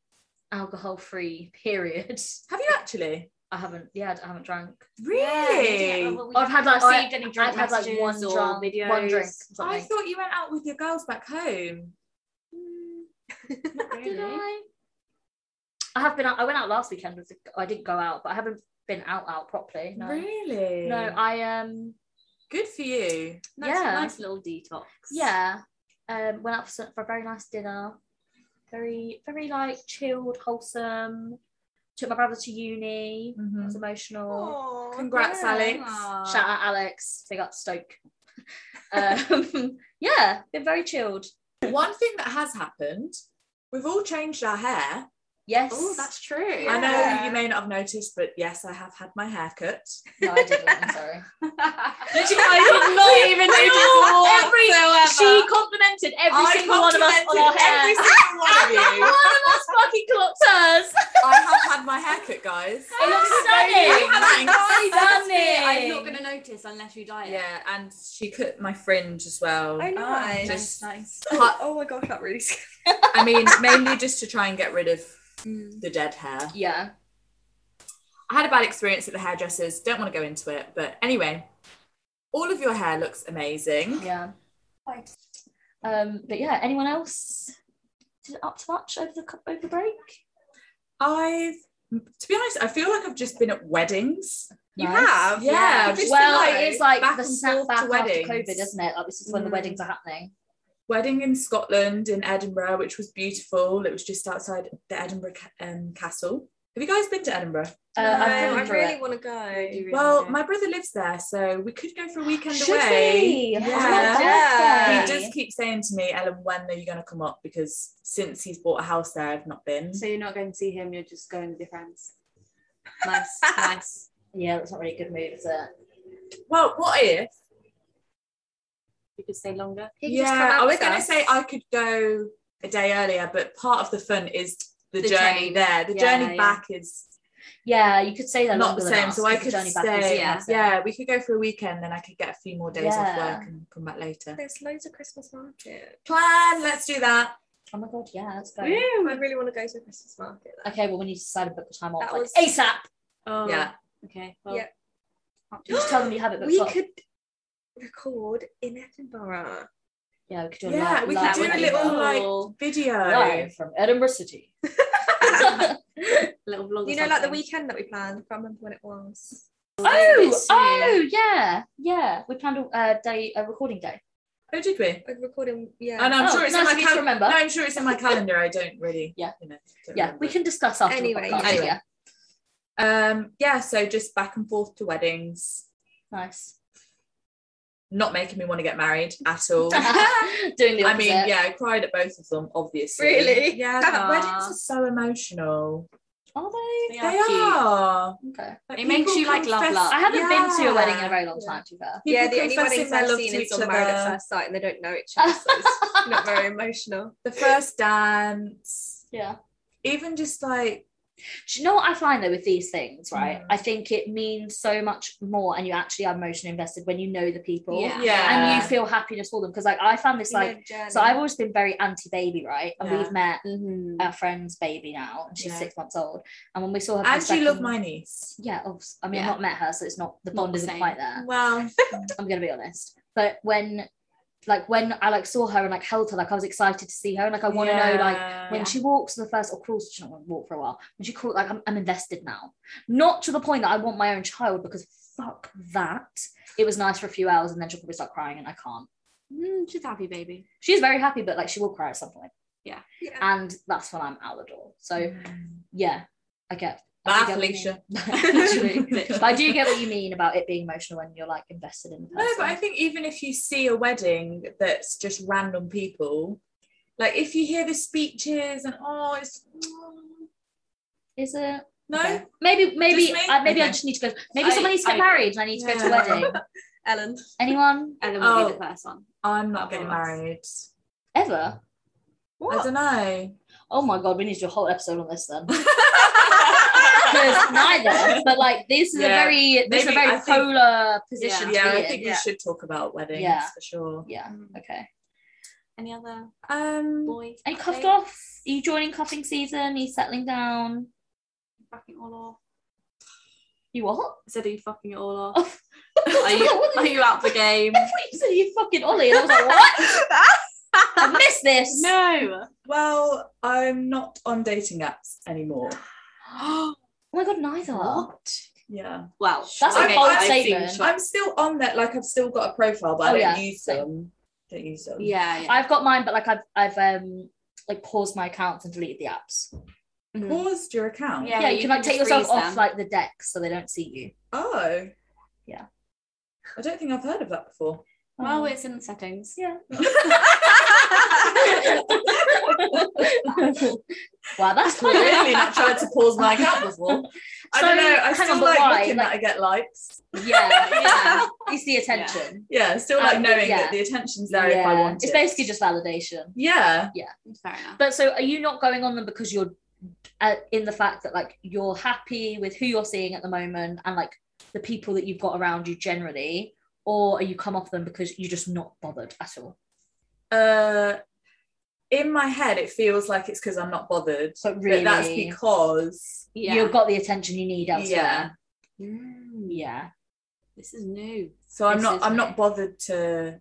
[SPEAKER 2] alcohol-free period. [LAUGHS]
[SPEAKER 1] Have you actually?
[SPEAKER 2] I haven't. Yeah, I haven't drank.
[SPEAKER 1] Really?
[SPEAKER 2] Or I've had like
[SPEAKER 4] Or
[SPEAKER 2] se-
[SPEAKER 4] I've- I've had, like, one drunk-
[SPEAKER 2] one drink. or
[SPEAKER 1] I
[SPEAKER 2] something.
[SPEAKER 1] thought you went out with your girls back home.
[SPEAKER 2] Did I? I have been out. I went out last weekend with. The, I didn't go out, but I haven't been out out properly. No.
[SPEAKER 1] Really?
[SPEAKER 2] No, I um.
[SPEAKER 1] Good for you.
[SPEAKER 4] Nice,
[SPEAKER 2] Yeah.
[SPEAKER 4] nice little detox.
[SPEAKER 2] Yeah. Um. Went out for, some- for a very nice dinner. Very very like chilled, wholesome. Took my brother to uni. It was emotional.
[SPEAKER 3] Aw,
[SPEAKER 1] Congrats,
[SPEAKER 3] Oh, yeah.
[SPEAKER 1] Alex.
[SPEAKER 2] Shout out Alex. Big up Stoke. [LAUGHS] um. Yeah. Been very chilled.
[SPEAKER 1] One thing that has happened, we've all changed our hair.
[SPEAKER 2] Yes.
[SPEAKER 4] Oh, that's true.
[SPEAKER 1] I know
[SPEAKER 3] Yeah.
[SPEAKER 1] you may not have noticed, but yes, I have had my hair cut.
[SPEAKER 2] no, I didn't. I'm sorry.
[SPEAKER 4] I did not even
[SPEAKER 2] [LAUGHS]
[SPEAKER 4] notice
[SPEAKER 2] She
[SPEAKER 4] whatsoever.
[SPEAKER 2] complimented every single one of us on our
[SPEAKER 1] complimented
[SPEAKER 2] hair.
[SPEAKER 1] Every single one of
[SPEAKER 2] one
[SPEAKER 1] you.
[SPEAKER 2] of us fucking clocked hers.
[SPEAKER 1] I have had my hair cut, guys.
[SPEAKER 2] It looks
[SPEAKER 1] You
[SPEAKER 2] stunning.
[SPEAKER 1] haven't
[SPEAKER 4] She
[SPEAKER 1] noticed.
[SPEAKER 4] does it. I'm not
[SPEAKER 2] Stunning.
[SPEAKER 4] going to notice unless you dye it.
[SPEAKER 1] Yeah, and she cut my fringe as well.
[SPEAKER 3] Oh,
[SPEAKER 4] [LAUGHS]
[SPEAKER 3] nice.
[SPEAKER 1] Just-
[SPEAKER 4] nice.
[SPEAKER 1] Cut-
[SPEAKER 3] Oh my gosh, that really scared
[SPEAKER 1] I mean, mainly just to try and get rid of
[SPEAKER 2] Mm.
[SPEAKER 1] the dead hair.
[SPEAKER 2] Yeah.
[SPEAKER 1] I had a bad experience at the hairdressers. Don't want to go into it, but anyway, all of your hair looks amazing.
[SPEAKER 2] Yeah. Um, but yeah, anyone else did it up to much over the cu- over the break?
[SPEAKER 1] I've, to be honest, I feel like I've just been at weddings.
[SPEAKER 3] You
[SPEAKER 2] Nice.
[SPEAKER 3] have?
[SPEAKER 1] Yeah, I've just
[SPEAKER 2] Well,
[SPEAKER 1] been,
[SPEAKER 2] it is like
[SPEAKER 1] back
[SPEAKER 2] the
[SPEAKER 1] and forth
[SPEAKER 2] snapback
[SPEAKER 1] to
[SPEAKER 2] after
[SPEAKER 1] weddings.
[SPEAKER 2] COVID, isn't it? Like this is when the
[SPEAKER 1] Mm.
[SPEAKER 2] weddings are happening.
[SPEAKER 1] wedding in Scotland in Edinburgh, which was beautiful. It was just outside the Edinburgh ca- um, Castle. Have you guys been to Edinburgh?
[SPEAKER 2] Uh,
[SPEAKER 3] No,
[SPEAKER 2] I've
[SPEAKER 3] I
[SPEAKER 2] heard for
[SPEAKER 3] really
[SPEAKER 2] it.
[SPEAKER 3] want to go.
[SPEAKER 1] Well, my brother lives there, so we could go for a weekend
[SPEAKER 2] Should
[SPEAKER 1] away.
[SPEAKER 2] we?
[SPEAKER 1] Yeah.
[SPEAKER 2] Yeah.
[SPEAKER 1] He does keep saying to me, Ellen, when are you going to come up? Because since he's bought a house there, I've not been.
[SPEAKER 4] So you're not going to see him, you're just going with your friends. Nice, nice.
[SPEAKER 2] Yeah, that's not really a good move, is it?
[SPEAKER 1] well, what if?
[SPEAKER 4] You could stay longer.
[SPEAKER 2] He can just come
[SPEAKER 1] yeah,
[SPEAKER 2] out
[SPEAKER 1] I was
[SPEAKER 2] with
[SPEAKER 1] going to
[SPEAKER 2] us.
[SPEAKER 1] say I could go a day earlier, but part of the fun is the,
[SPEAKER 4] The
[SPEAKER 1] journey
[SPEAKER 4] train.
[SPEAKER 1] there. The
[SPEAKER 2] Yeah,
[SPEAKER 1] journey
[SPEAKER 2] yeah.
[SPEAKER 1] back is
[SPEAKER 2] Yeah, you could say that.
[SPEAKER 1] not the
[SPEAKER 2] longer than
[SPEAKER 1] same.
[SPEAKER 2] us,
[SPEAKER 1] So I
[SPEAKER 2] because the
[SPEAKER 1] could
[SPEAKER 2] journey back is
[SPEAKER 1] stay.
[SPEAKER 4] yeah.
[SPEAKER 1] Yeah. we could go for a weekend, then I could get a few more days off
[SPEAKER 2] Yeah.
[SPEAKER 1] work and come back later.
[SPEAKER 3] There's loads of Christmas market.
[SPEAKER 1] Plan. Let's do that.
[SPEAKER 2] Oh my god, yeah, let's go.
[SPEAKER 3] I really want to go to a Christmas market. though.
[SPEAKER 2] Okay, well we need to decide to book the time off
[SPEAKER 3] That
[SPEAKER 2] like
[SPEAKER 3] was-
[SPEAKER 2] ASAP.
[SPEAKER 4] Oh,
[SPEAKER 1] Yeah.
[SPEAKER 4] Okay. Well,
[SPEAKER 3] Yeah.
[SPEAKER 4] can't do
[SPEAKER 2] Just
[SPEAKER 4] that.
[SPEAKER 2] tell them you have it booked
[SPEAKER 3] We
[SPEAKER 2] off.
[SPEAKER 3] could record
[SPEAKER 2] [LAUGHS]
[SPEAKER 3] in Edinburgh.
[SPEAKER 2] yeah, we could do a
[SPEAKER 1] Yeah,
[SPEAKER 2] live-
[SPEAKER 1] we could
[SPEAKER 2] live
[SPEAKER 1] do
[SPEAKER 2] with
[SPEAKER 1] a
[SPEAKER 2] Edinburgh.
[SPEAKER 1] little like video.
[SPEAKER 2] live from Edinburgh [LAUGHS] City.
[SPEAKER 4] little vlog. or
[SPEAKER 3] You know, like the
[SPEAKER 4] something.
[SPEAKER 3] weekend that we planned. I can't remember when it was.
[SPEAKER 4] bit
[SPEAKER 2] oh,
[SPEAKER 4] soon.
[SPEAKER 2] oh, yeah, yeah. We planned a uh, day, a recording day.
[SPEAKER 1] Oh, did we?
[SPEAKER 3] Like recording, yeah.
[SPEAKER 1] And I'm
[SPEAKER 2] Oh,
[SPEAKER 1] sure it's
[SPEAKER 2] nice
[SPEAKER 1] in
[SPEAKER 2] of
[SPEAKER 1] my
[SPEAKER 2] you to
[SPEAKER 1] cal-
[SPEAKER 2] remember.
[SPEAKER 1] No, I'm sure it's in my calendar. I don't really.
[SPEAKER 2] [LAUGHS] Yeah.
[SPEAKER 1] You know, don't
[SPEAKER 2] yeah,
[SPEAKER 1] remember.
[SPEAKER 2] we can discuss after.
[SPEAKER 3] Anyway,
[SPEAKER 2] the podcast,
[SPEAKER 1] yeah. Anyway.
[SPEAKER 2] yeah,
[SPEAKER 1] Um. Yeah. So just back and forth to weddings.
[SPEAKER 2] nice.
[SPEAKER 1] [LAUGHS]
[SPEAKER 2] [LAUGHS]
[SPEAKER 1] Not making me want to get married at all.
[SPEAKER 2] Doing the
[SPEAKER 1] I mean,
[SPEAKER 2] opposite.
[SPEAKER 1] yeah, I cried at both of them, obviously.
[SPEAKER 3] Really?
[SPEAKER 1] Yeah.
[SPEAKER 2] [LAUGHS]
[SPEAKER 4] Aw.
[SPEAKER 1] Weddings are so emotional.
[SPEAKER 2] Are they?
[SPEAKER 4] They
[SPEAKER 1] They,
[SPEAKER 4] are cute.
[SPEAKER 1] are.
[SPEAKER 2] Okay.
[SPEAKER 1] Like,
[SPEAKER 4] It makes
[SPEAKER 1] people
[SPEAKER 4] you, like, love
[SPEAKER 1] confess-
[SPEAKER 4] love.
[SPEAKER 2] I haven't been to a wedding in a
[SPEAKER 1] Yeah.
[SPEAKER 2] very long
[SPEAKER 3] Yeah.
[SPEAKER 2] time, to be fair.
[SPEAKER 1] People
[SPEAKER 3] yeah, the only
[SPEAKER 1] confessing
[SPEAKER 3] weddings
[SPEAKER 1] their
[SPEAKER 3] I've
[SPEAKER 1] love
[SPEAKER 3] seen
[SPEAKER 1] to
[SPEAKER 3] is
[SPEAKER 1] each
[SPEAKER 3] all married at
[SPEAKER 1] other.
[SPEAKER 3] first sight and they don't know each other, so
[SPEAKER 2] [LAUGHS]
[SPEAKER 3] it's not very emotional.
[SPEAKER 1] the first dance,
[SPEAKER 2] Yeah.
[SPEAKER 1] even just like
[SPEAKER 2] Do you know what I find though with these things, right?
[SPEAKER 1] Mm.
[SPEAKER 2] I think it means so much more, and you actually are emotionally invested when you know the people
[SPEAKER 4] Yeah.
[SPEAKER 2] and you feel happiness for them. Because like I found this
[SPEAKER 3] You know,
[SPEAKER 2] like,
[SPEAKER 3] journey.
[SPEAKER 2] so I've always been very anti-baby, right? And
[SPEAKER 1] Yeah.
[SPEAKER 2] we've met
[SPEAKER 4] Mhm.
[SPEAKER 2] our friend's baby now, and she's
[SPEAKER 1] Yeah.
[SPEAKER 2] six months old. And when we saw her, for the
[SPEAKER 1] and she loved
[SPEAKER 2] second-
[SPEAKER 1] my niece.
[SPEAKER 2] Yeah, obvi- I mean,
[SPEAKER 4] Yeah.
[SPEAKER 2] I've not met her, so it's not the
[SPEAKER 4] Not
[SPEAKER 2] bond
[SPEAKER 4] the
[SPEAKER 2] isn't
[SPEAKER 4] same.
[SPEAKER 2] quite there.
[SPEAKER 1] Well,
[SPEAKER 2] I'm gonna be honest. But when, like, when I like saw her and like held her, like I was excited to see her, and like [LAUGHS] I want to know like when
[SPEAKER 1] yeah.
[SPEAKER 2] she walks for the first or crawls, she's not going to walk for a while. When she crawls, like I'm, I'm invested now, not to the point that I want my own child because fuck that. It was nice for a few hours and then she'll probably start crying and I can't.
[SPEAKER 4] Mm, she's happy, baby.
[SPEAKER 2] [LAUGHS] She's very happy, but like she will cry at some point,
[SPEAKER 3] Yeah.
[SPEAKER 2] and that's when I'm out the door. So yeah, I get. I
[SPEAKER 1] Mm-hmm. Bye,
[SPEAKER 2] do get what you
[SPEAKER 1] Felicia.
[SPEAKER 2] mean. Literally. but I do get what you mean about it being emotional when you're like invested in the person.
[SPEAKER 1] [LAUGHS] No, but I think even if you see a wedding that's just random people, like if you hear the speeches and oh, it's
[SPEAKER 2] Is it?
[SPEAKER 1] no,
[SPEAKER 2] Okay. Maybe, maybe,
[SPEAKER 1] me?
[SPEAKER 2] I, maybe I
[SPEAKER 1] Okay.
[SPEAKER 2] just need to go. Maybe
[SPEAKER 4] I-
[SPEAKER 2] someone needs to get
[SPEAKER 4] I-
[SPEAKER 2] married and I need to go to a
[SPEAKER 1] Yeah.
[SPEAKER 2] wedding.
[SPEAKER 1] [LAUGHS]
[SPEAKER 3] Ellen.
[SPEAKER 2] Anyone
[SPEAKER 4] Ellen will be
[SPEAKER 1] Oh.
[SPEAKER 4] the first one.
[SPEAKER 1] I'm not getting
[SPEAKER 4] Okay.
[SPEAKER 1] married.
[SPEAKER 2] ever?
[SPEAKER 1] I don't know.
[SPEAKER 2] [LAUGHS] Oh my god, we need to do a whole episode on this
[SPEAKER 1] [LAUGHS]
[SPEAKER 2] then. Because neither, but like this is a
[SPEAKER 1] Yeah.
[SPEAKER 2] very this is a
[SPEAKER 1] Maybe-
[SPEAKER 2] very
[SPEAKER 1] I think-
[SPEAKER 2] polar position.
[SPEAKER 1] yeah,
[SPEAKER 2] to be
[SPEAKER 1] I think
[SPEAKER 2] in.
[SPEAKER 1] we
[SPEAKER 3] Yeah.
[SPEAKER 1] should talk about weddings
[SPEAKER 2] Yeah.
[SPEAKER 1] for sure.
[SPEAKER 2] yeah. Okay.
[SPEAKER 4] Any other
[SPEAKER 1] Um,
[SPEAKER 4] boy?
[SPEAKER 2] Are you cuffed
[SPEAKER 4] updates?
[SPEAKER 2] off? Are you joining cuffing season? Are you settling down?
[SPEAKER 4] Fucking all off.
[SPEAKER 2] You what?
[SPEAKER 4] I said, are you fucking it all off?
[SPEAKER 2] Oh, [LAUGHS]
[SPEAKER 4] Are you,
[SPEAKER 2] What
[SPEAKER 4] are
[SPEAKER 2] did
[SPEAKER 4] you out the game?
[SPEAKER 2] [LAUGHS] you said you fucking Ollie, and I was like, what?
[SPEAKER 4] [LAUGHS]
[SPEAKER 2] I missed this.
[SPEAKER 4] no.
[SPEAKER 1] well, I'm not on dating apps anymore.
[SPEAKER 2] Oh my god, neither.
[SPEAKER 1] Yeah.
[SPEAKER 4] Well,
[SPEAKER 2] That's a
[SPEAKER 1] Okay,
[SPEAKER 2] bold
[SPEAKER 1] I've seen
[SPEAKER 2] statement.
[SPEAKER 4] Sure.
[SPEAKER 1] I'm still on that, like I've still got a profile, but
[SPEAKER 2] Oh,
[SPEAKER 1] I don't
[SPEAKER 2] yeah,
[SPEAKER 1] use
[SPEAKER 2] same.
[SPEAKER 1] them. Don't use them.
[SPEAKER 4] yeah, yeah.
[SPEAKER 2] I've got mine, but like I've I've um like paused my accounts and deleted the apps.
[SPEAKER 4] Mhm.
[SPEAKER 1] Paused your account.
[SPEAKER 4] Yeah,
[SPEAKER 2] Mm. Yeah, you,
[SPEAKER 4] you
[SPEAKER 2] can
[SPEAKER 4] can
[SPEAKER 2] like take
[SPEAKER 4] just
[SPEAKER 2] yourself
[SPEAKER 4] freeze
[SPEAKER 2] off
[SPEAKER 4] them.
[SPEAKER 2] like the deck so they don't see you.
[SPEAKER 1] Oh.
[SPEAKER 2] Yeah.
[SPEAKER 1] I don't think I've heard of that
[SPEAKER 2] [LAUGHS]
[SPEAKER 1] before.
[SPEAKER 4] Well,
[SPEAKER 2] Um,
[SPEAKER 4] it's in the settings.
[SPEAKER 2] Yeah. wow,
[SPEAKER 4] [LAUGHS]
[SPEAKER 2] that's
[SPEAKER 1] I've
[SPEAKER 2] quite
[SPEAKER 1] really not tried to pause my account before. I
[SPEAKER 2] So,
[SPEAKER 1] don't know. I
[SPEAKER 2] hang
[SPEAKER 1] still
[SPEAKER 2] on, but
[SPEAKER 1] like
[SPEAKER 2] why?
[SPEAKER 1] looking
[SPEAKER 2] Like-
[SPEAKER 1] that I get likes.
[SPEAKER 2] yeah, [LAUGHS] yeah. It's the attention.
[SPEAKER 1] Yeah, still like
[SPEAKER 2] Um,
[SPEAKER 1] knowing
[SPEAKER 2] yeah.
[SPEAKER 1] that the attention's there if I want
[SPEAKER 2] it's
[SPEAKER 1] it.
[SPEAKER 2] basically just validation.
[SPEAKER 1] yeah.
[SPEAKER 4] Fair enough.
[SPEAKER 2] But so, are you not going on them because you're uh, in the fact that like you're happy with who you're seeing at the moment and like the people that you've got around you generally, or are you come off them because you're just not bothered at all?
[SPEAKER 1] Uh, in my head, it feels like it's because I'm not bothered,
[SPEAKER 2] So really,
[SPEAKER 1] but that's because
[SPEAKER 4] Yeah.
[SPEAKER 2] you've got the attention you need elsewhere.
[SPEAKER 4] Mm,
[SPEAKER 2] Yeah.
[SPEAKER 4] This is new.
[SPEAKER 1] so I'm
[SPEAKER 4] This
[SPEAKER 1] not
[SPEAKER 4] is
[SPEAKER 1] I'm
[SPEAKER 4] me.
[SPEAKER 1] not bothered to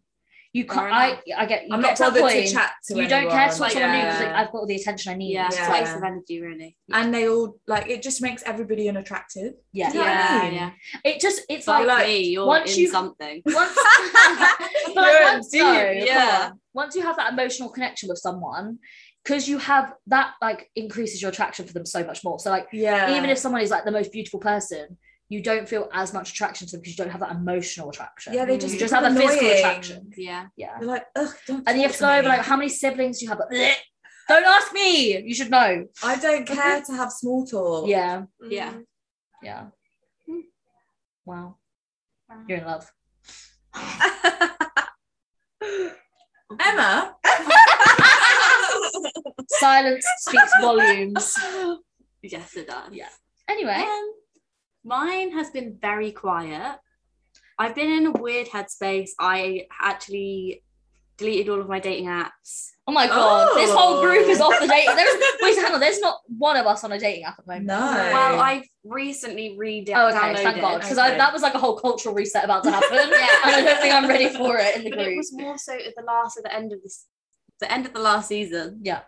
[SPEAKER 2] You
[SPEAKER 4] Fair
[SPEAKER 2] can't. I,
[SPEAKER 4] enough.
[SPEAKER 2] I get. You
[SPEAKER 1] I'm
[SPEAKER 2] get
[SPEAKER 1] not
[SPEAKER 2] to that
[SPEAKER 1] bothered
[SPEAKER 2] point.
[SPEAKER 1] to chat to
[SPEAKER 2] you don't care to
[SPEAKER 1] anyone,
[SPEAKER 2] watch someone new because like
[SPEAKER 1] yeah.
[SPEAKER 2] I've got all the attention I need.
[SPEAKER 4] Yeah,
[SPEAKER 1] Yeah.
[SPEAKER 4] it's a waste of energy, really.
[SPEAKER 1] and they all like it just makes everybody
[SPEAKER 2] [LAUGHS]
[SPEAKER 1] unattractive. [LAUGHS]
[SPEAKER 2] yeah.
[SPEAKER 1] Do you know what I
[SPEAKER 4] yeah,
[SPEAKER 1] mean?
[SPEAKER 4] yeah.
[SPEAKER 2] It just it's
[SPEAKER 4] But
[SPEAKER 2] like
[SPEAKER 1] like,
[SPEAKER 4] me, you're
[SPEAKER 2] once
[SPEAKER 4] in
[SPEAKER 2] you-
[SPEAKER 4] something.
[SPEAKER 1] [LAUGHS]
[SPEAKER 2] once. [LAUGHS] but like,
[SPEAKER 1] You're
[SPEAKER 2] once
[SPEAKER 1] deep,
[SPEAKER 2] though, come
[SPEAKER 4] yeah.
[SPEAKER 2] on, once you have that emotional connection with someone, because you have that like increases your attraction for them so much more. So like
[SPEAKER 1] Yeah.
[SPEAKER 2] even if someone is like the most beautiful person, you don't feel as much attraction to them because you don't have that emotional attraction.
[SPEAKER 1] yeah, they just
[SPEAKER 2] you just
[SPEAKER 1] become
[SPEAKER 2] have a physical
[SPEAKER 1] annoying.
[SPEAKER 2] attraction.
[SPEAKER 4] Yeah.
[SPEAKER 2] Yeah.
[SPEAKER 1] You're like, ugh, don't
[SPEAKER 2] And you have
[SPEAKER 1] talk
[SPEAKER 2] to go over
[SPEAKER 1] me.
[SPEAKER 2] like how many siblings you have. Like, bleh. don't ask me. You should know.
[SPEAKER 1] I
[SPEAKER 2] [LAUGHS]
[SPEAKER 1] don't care to have small talk.
[SPEAKER 2] Yeah.
[SPEAKER 4] Yeah.
[SPEAKER 3] Mm.
[SPEAKER 2] Yeah.
[SPEAKER 4] Hmm.
[SPEAKER 2] Wow. You're in love. [LAUGHS]
[SPEAKER 1] Emma. [LAUGHS]
[SPEAKER 2] Silence speaks volumes.
[SPEAKER 4] yes, it does.
[SPEAKER 2] Yeah. Anyway.
[SPEAKER 4] Um, mine has been very quiet. I've been in a weird headspace. I actually deleted all of my dating apps.
[SPEAKER 2] Oh my god. This
[SPEAKER 4] Oh.
[SPEAKER 2] whole group is [LAUGHS] off the date. There's, wait, hang on. There's not one of us on a dating app at the moment.
[SPEAKER 1] No.
[SPEAKER 4] Well, I've recently redownloaded.
[SPEAKER 2] Oh, okay. Thank God. Because
[SPEAKER 1] Okay.
[SPEAKER 2] that was like a whole cultural reset about to
[SPEAKER 4] [LAUGHS]
[SPEAKER 2] happen. And
[SPEAKER 4] Yeah.
[SPEAKER 2] I don't think I'm ready for it in the
[SPEAKER 4] But it
[SPEAKER 2] group.
[SPEAKER 4] was more so at the last, at the end of this, the end of the last season.
[SPEAKER 2] Yeah.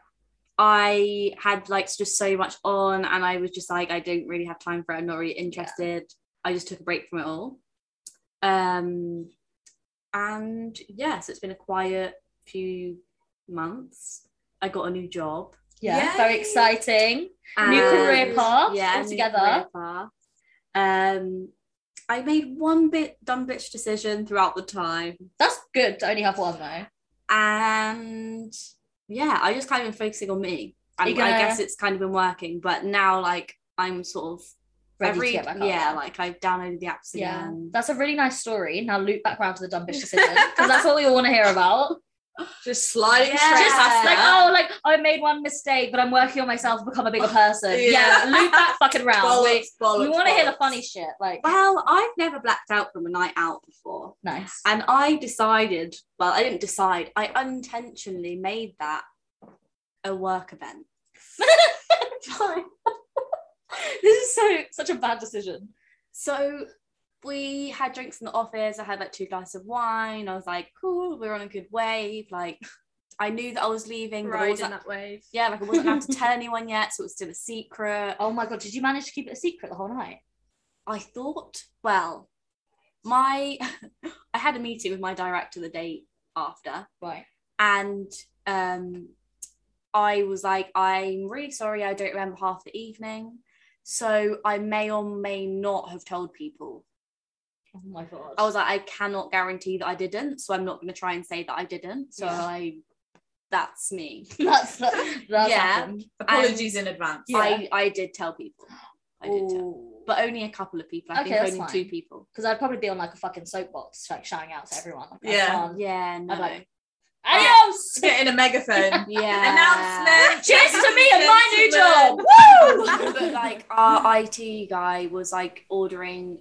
[SPEAKER 4] I had like just so much on, and I was just like, I don't really have time for it. I'm not really interested. I just took a break from it all. Um, and yeah, so it's been a quiet few months. I got a new job.
[SPEAKER 2] Yeah.
[SPEAKER 1] Yay.
[SPEAKER 2] Very exciting. New
[SPEAKER 4] and-
[SPEAKER 2] career path
[SPEAKER 4] Yeah, new
[SPEAKER 2] altogether.
[SPEAKER 4] career path. Um, I made one bit dumb bitch decision throughout the time.
[SPEAKER 2] That's good to only have one though.
[SPEAKER 4] and yeah i just kind of been focusing on me and
[SPEAKER 2] You gonna-
[SPEAKER 4] i guess it's kind of been working but now like i'm sort of
[SPEAKER 2] Ready
[SPEAKER 4] every
[SPEAKER 2] to get back up.
[SPEAKER 4] yeah like i've downloaded the apps
[SPEAKER 2] Yeah.
[SPEAKER 4] again
[SPEAKER 2] That's a really nice story. Now loop back round to the dumbish decision because that's what we all want to hear about.
[SPEAKER 1] Just sliding
[SPEAKER 4] Yeah.
[SPEAKER 1] straight
[SPEAKER 2] Just
[SPEAKER 1] past
[SPEAKER 2] like,
[SPEAKER 1] that.
[SPEAKER 2] oh, like I made one mistake, but I'm working on myself to become a bigger
[SPEAKER 4] [LAUGHS]
[SPEAKER 2] person.
[SPEAKER 1] Yeah.
[SPEAKER 2] Yeah, loop that fucking round.
[SPEAKER 1] bollocks, bollocks,
[SPEAKER 2] we want to hear the
[SPEAKER 1] bollocks.
[SPEAKER 2] funny shit. Like,
[SPEAKER 4] well i've never blacked out from a night out before
[SPEAKER 2] nice.
[SPEAKER 4] and i decided well i didn't decide i unintentionally made that a work [LAUGHS] event
[SPEAKER 2] [LAUGHS] this is so such a bad decision.
[SPEAKER 4] so we had drinks in the office. I had like two glasses of wine. I was like, cool, we're on a good wave. Like, I knew that I was leaving, but I
[SPEAKER 3] Riding
[SPEAKER 4] wasn't,
[SPEAKER 3] that wave.
[SPEAKER 4] yeah, like I wasn't allowed to tell anyone yet, so it was still a secret.
[SPEAKER 2] Oh my god, did you manage to keep it a secret the whole night?
[SPEAKER 4] I thought, well, my, [LAUGHS] I had a meeting with my director the day after,
[SPEAKER 2] Right.
[SPEAKER 4] and um, I was like, I'm really sorry, I don't remember half the evening, so I may or may not have told people.
[SPEAKER 2] Oh my god.
[SPEAKER 4] I was like, I cannot guarantee that I didn't, so I'm not going to try and say that I didn't. So
[SPEAKER 2] Yeah.
[SPEAKER 4] I, that's me.
[SPEAKER 2] [LAUGHS] that's that, that's
[SPEAKER 4] Yeah.
[SPEAKER 2] happened.
[SPEAKER 1] Apologies in advance.
[SPEAKER 2] um, Yeah.
[SPEAKER 4] I I did tell people. I did tell, but only a couple of people. I
[SPEAKER 2] Okay,
[SPEAKER 4] think
[SPEAKER 2] that's
[SPEAKER 4] only
[SPEAKER 2] fine.
[SPEAKER 4] two people.
[SPEAKER 2] because I'd probably be on like a fucking soapbox, like shouting out to everyone. Like, I
[SPEAKER 1] Yeah.
[SPEAKER 2] can't-
[SPEAKER 4] Yeah, no.
[SPEAKER 2] I'd like-
[SPEAKER 1] Just Getting a megaphone.
[SPEAKER 4] yeah.
[SPEAKER 1] Announcement.
[SPEAKER 2] [LAUGHS] Cheers to me and my new job.
[SPEAKER 4] [LAUGHS]
[SPEAKER 2] [LAUGHS]
[SPEAKER 4] but like our IT guy was like ordering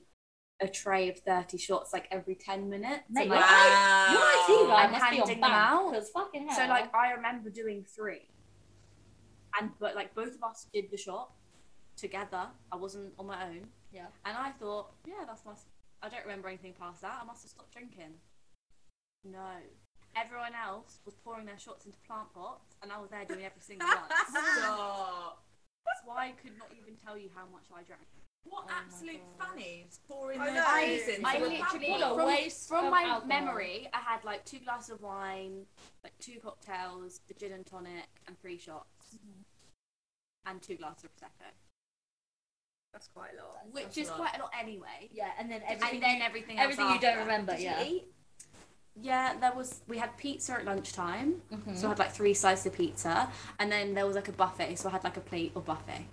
[SPEAKER 4] a tray of 30 shots like every 10 minutes.
[SPEAKER 2] Mate,
[SPEAKER 4] and,
[SPEAKER 2] you're
[SPEAKER 4] like,
[SPEAKER 1] Wow.
[SPEAKER 2] Your IT guy
[SPEAKER 4] I'm
[SPEAKER 2] must be on
[SPEAKER 4] handing them
[SPEAKER 2] bank
[SPEAKER 4] out.
[SPEAKER 2] because fucking hell.
[SPEAKER 4] So like I remember doing three, and but like both of us did the shot together. I wasn't on my own.
[SPEAKER 2] Yeah.
[SPEAKER 4] And I thought, yeah, that's my. I don't remember anything past that. I must have stopped drinking. No. Everyone else was pouring their shots into plant pots, and I was there doing every single one. so
[SPEAKER 1] Stop.
[SPEAKER 4] that's why I could not even tell you how much I drank.
[SPEAKER 1] What
[SPEAKER 2] my
[SPEAKER 1] absolute
[SPEAKER 2] God.
[SPEAKER 1] fannies pouring
[SPEAKER 3] I
[SPEAKER 1] their
[SPEAKER 3] know.
[SPEAKER 1] eyes into
[SPEAKER 3] I
[SPEAKER 1] the
[SPEAKER 4] literally-
[SPEAKER 1] pub bottle.
[SPEAKER 4] from-
[SPEAKER 2] waste
[SPEAKER 4] From
[SPEAKER 2] of
[SPEAKER 4] my
[SPEAKER 2] alcohol.
[SPEAKER 4] memory, I had like two glasses of wine, like two cocktails, the gin and tonic, and three shots,
[SPEAKER 2] Mm-hmm.
[SPEAKER 4] and two glasses of prosecco,
[SPEAKER 3] That's quite a lot.
[SPEAKER 4] which
[SPEAKER 1] That's
[SPEAKER 4] is
[SPEAKER 1] a lot.
[SPEAKER 4] quite a lot anyway.
[SPEAKER 2] Yeah, and then everything.
[SPEAKER 4] and then everything,
[SPEAKER 2] everything
[SPEAKER 4] else
[SPEAKER 2] you don't
[SPEAKER 4] after.
[SPEAKER 2] remember. yeah.
[SPEAKER 4] Yeah, there was. We had pizza at lunchtime,
[SPEAKER 2] Mhm.
[SPEAKER 4] so I had like three slices of pizza, and then there was like a buffet, so I had like a plate of buffet.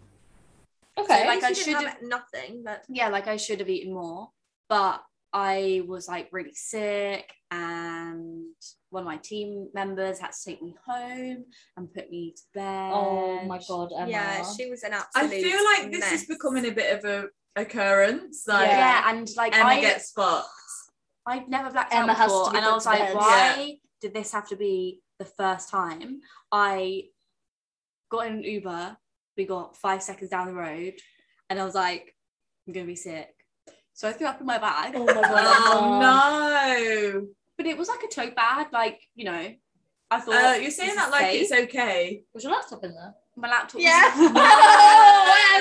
[SPEAKER 2] okay.
[SPEAKER 4] so, like,
[SPEAKER 3] At
[SPEAKER 4] I
[SPEAKER 3] least you didn't
[SPEAKER 4] should
[SPEAKER 3] have nothing, but
[SPEAKER 4] Yeah, like I should have eaten more, but I was like really sick, and one of my team members had to take me home and put me to bed.
[SPEAKER 2] oh my god, Emma.
[SPEAKER 3] yeah, she was an
[SPEAKER 1] I
[SPEAKER 3] absolute.
[SPEAKER 1] feel like this
[SPEAKER 3] mess.
[SPEAKER 1] is becoming a bit of a occurrence. Like
[SPEAKER 4] Yeah,
[SPEAKER 2] Yeah.
[SPEAKER 4] and like
[SPEAKER 1] Emma
[SPEAKER 4] I,
[SPEAKER 1] gets fucked.
[SPEAKER 4] I've never blacked
[SPEAKER 2] Emma
[SPEAKER 4] out
[SPEAKER 2] has to
[SPEAKER 4] before,
[SPEAKER 2] be
[SPEAKER 4] and I was
[SPEAKER 2] put to
[SPEAKER 4] like,
[SPEAKER 2] bed.
[SPEAKER 4] why did this have to be the first time? I got in an Uber. We got five seconds down the road, and I was like, I'm gonna be sick. So I threw up in my bag. Um,
[SPEAKER 2] Oh my god.
[SPEAKER 1] Oh
[SPEAKER 2] Emma.
[SPEAKER 1] no!
[SPEAKER 4] but it was like a tote bag, like you know. I thought
[SPEAKER 1] Uh, you're saying
[SPEAKER 4] this
[SPEAKER 1] that
[SPEAKER 4] is
[SPEAKER 1] like
[SPEAKER 4] safe.
[SPEAKER 1] it's okay.
[SPEAKER 2] Was your laptop in
[SPEAKER 4] [LAUGHS]
[SPEAKER 2] there?
[SPEAKER 4] my laptop.
[SPEAKER 3] Yeah.
[SPEAKER 4] was,
[SPEAKER 1] [LAUGHS]
[SPEAKER 2] No,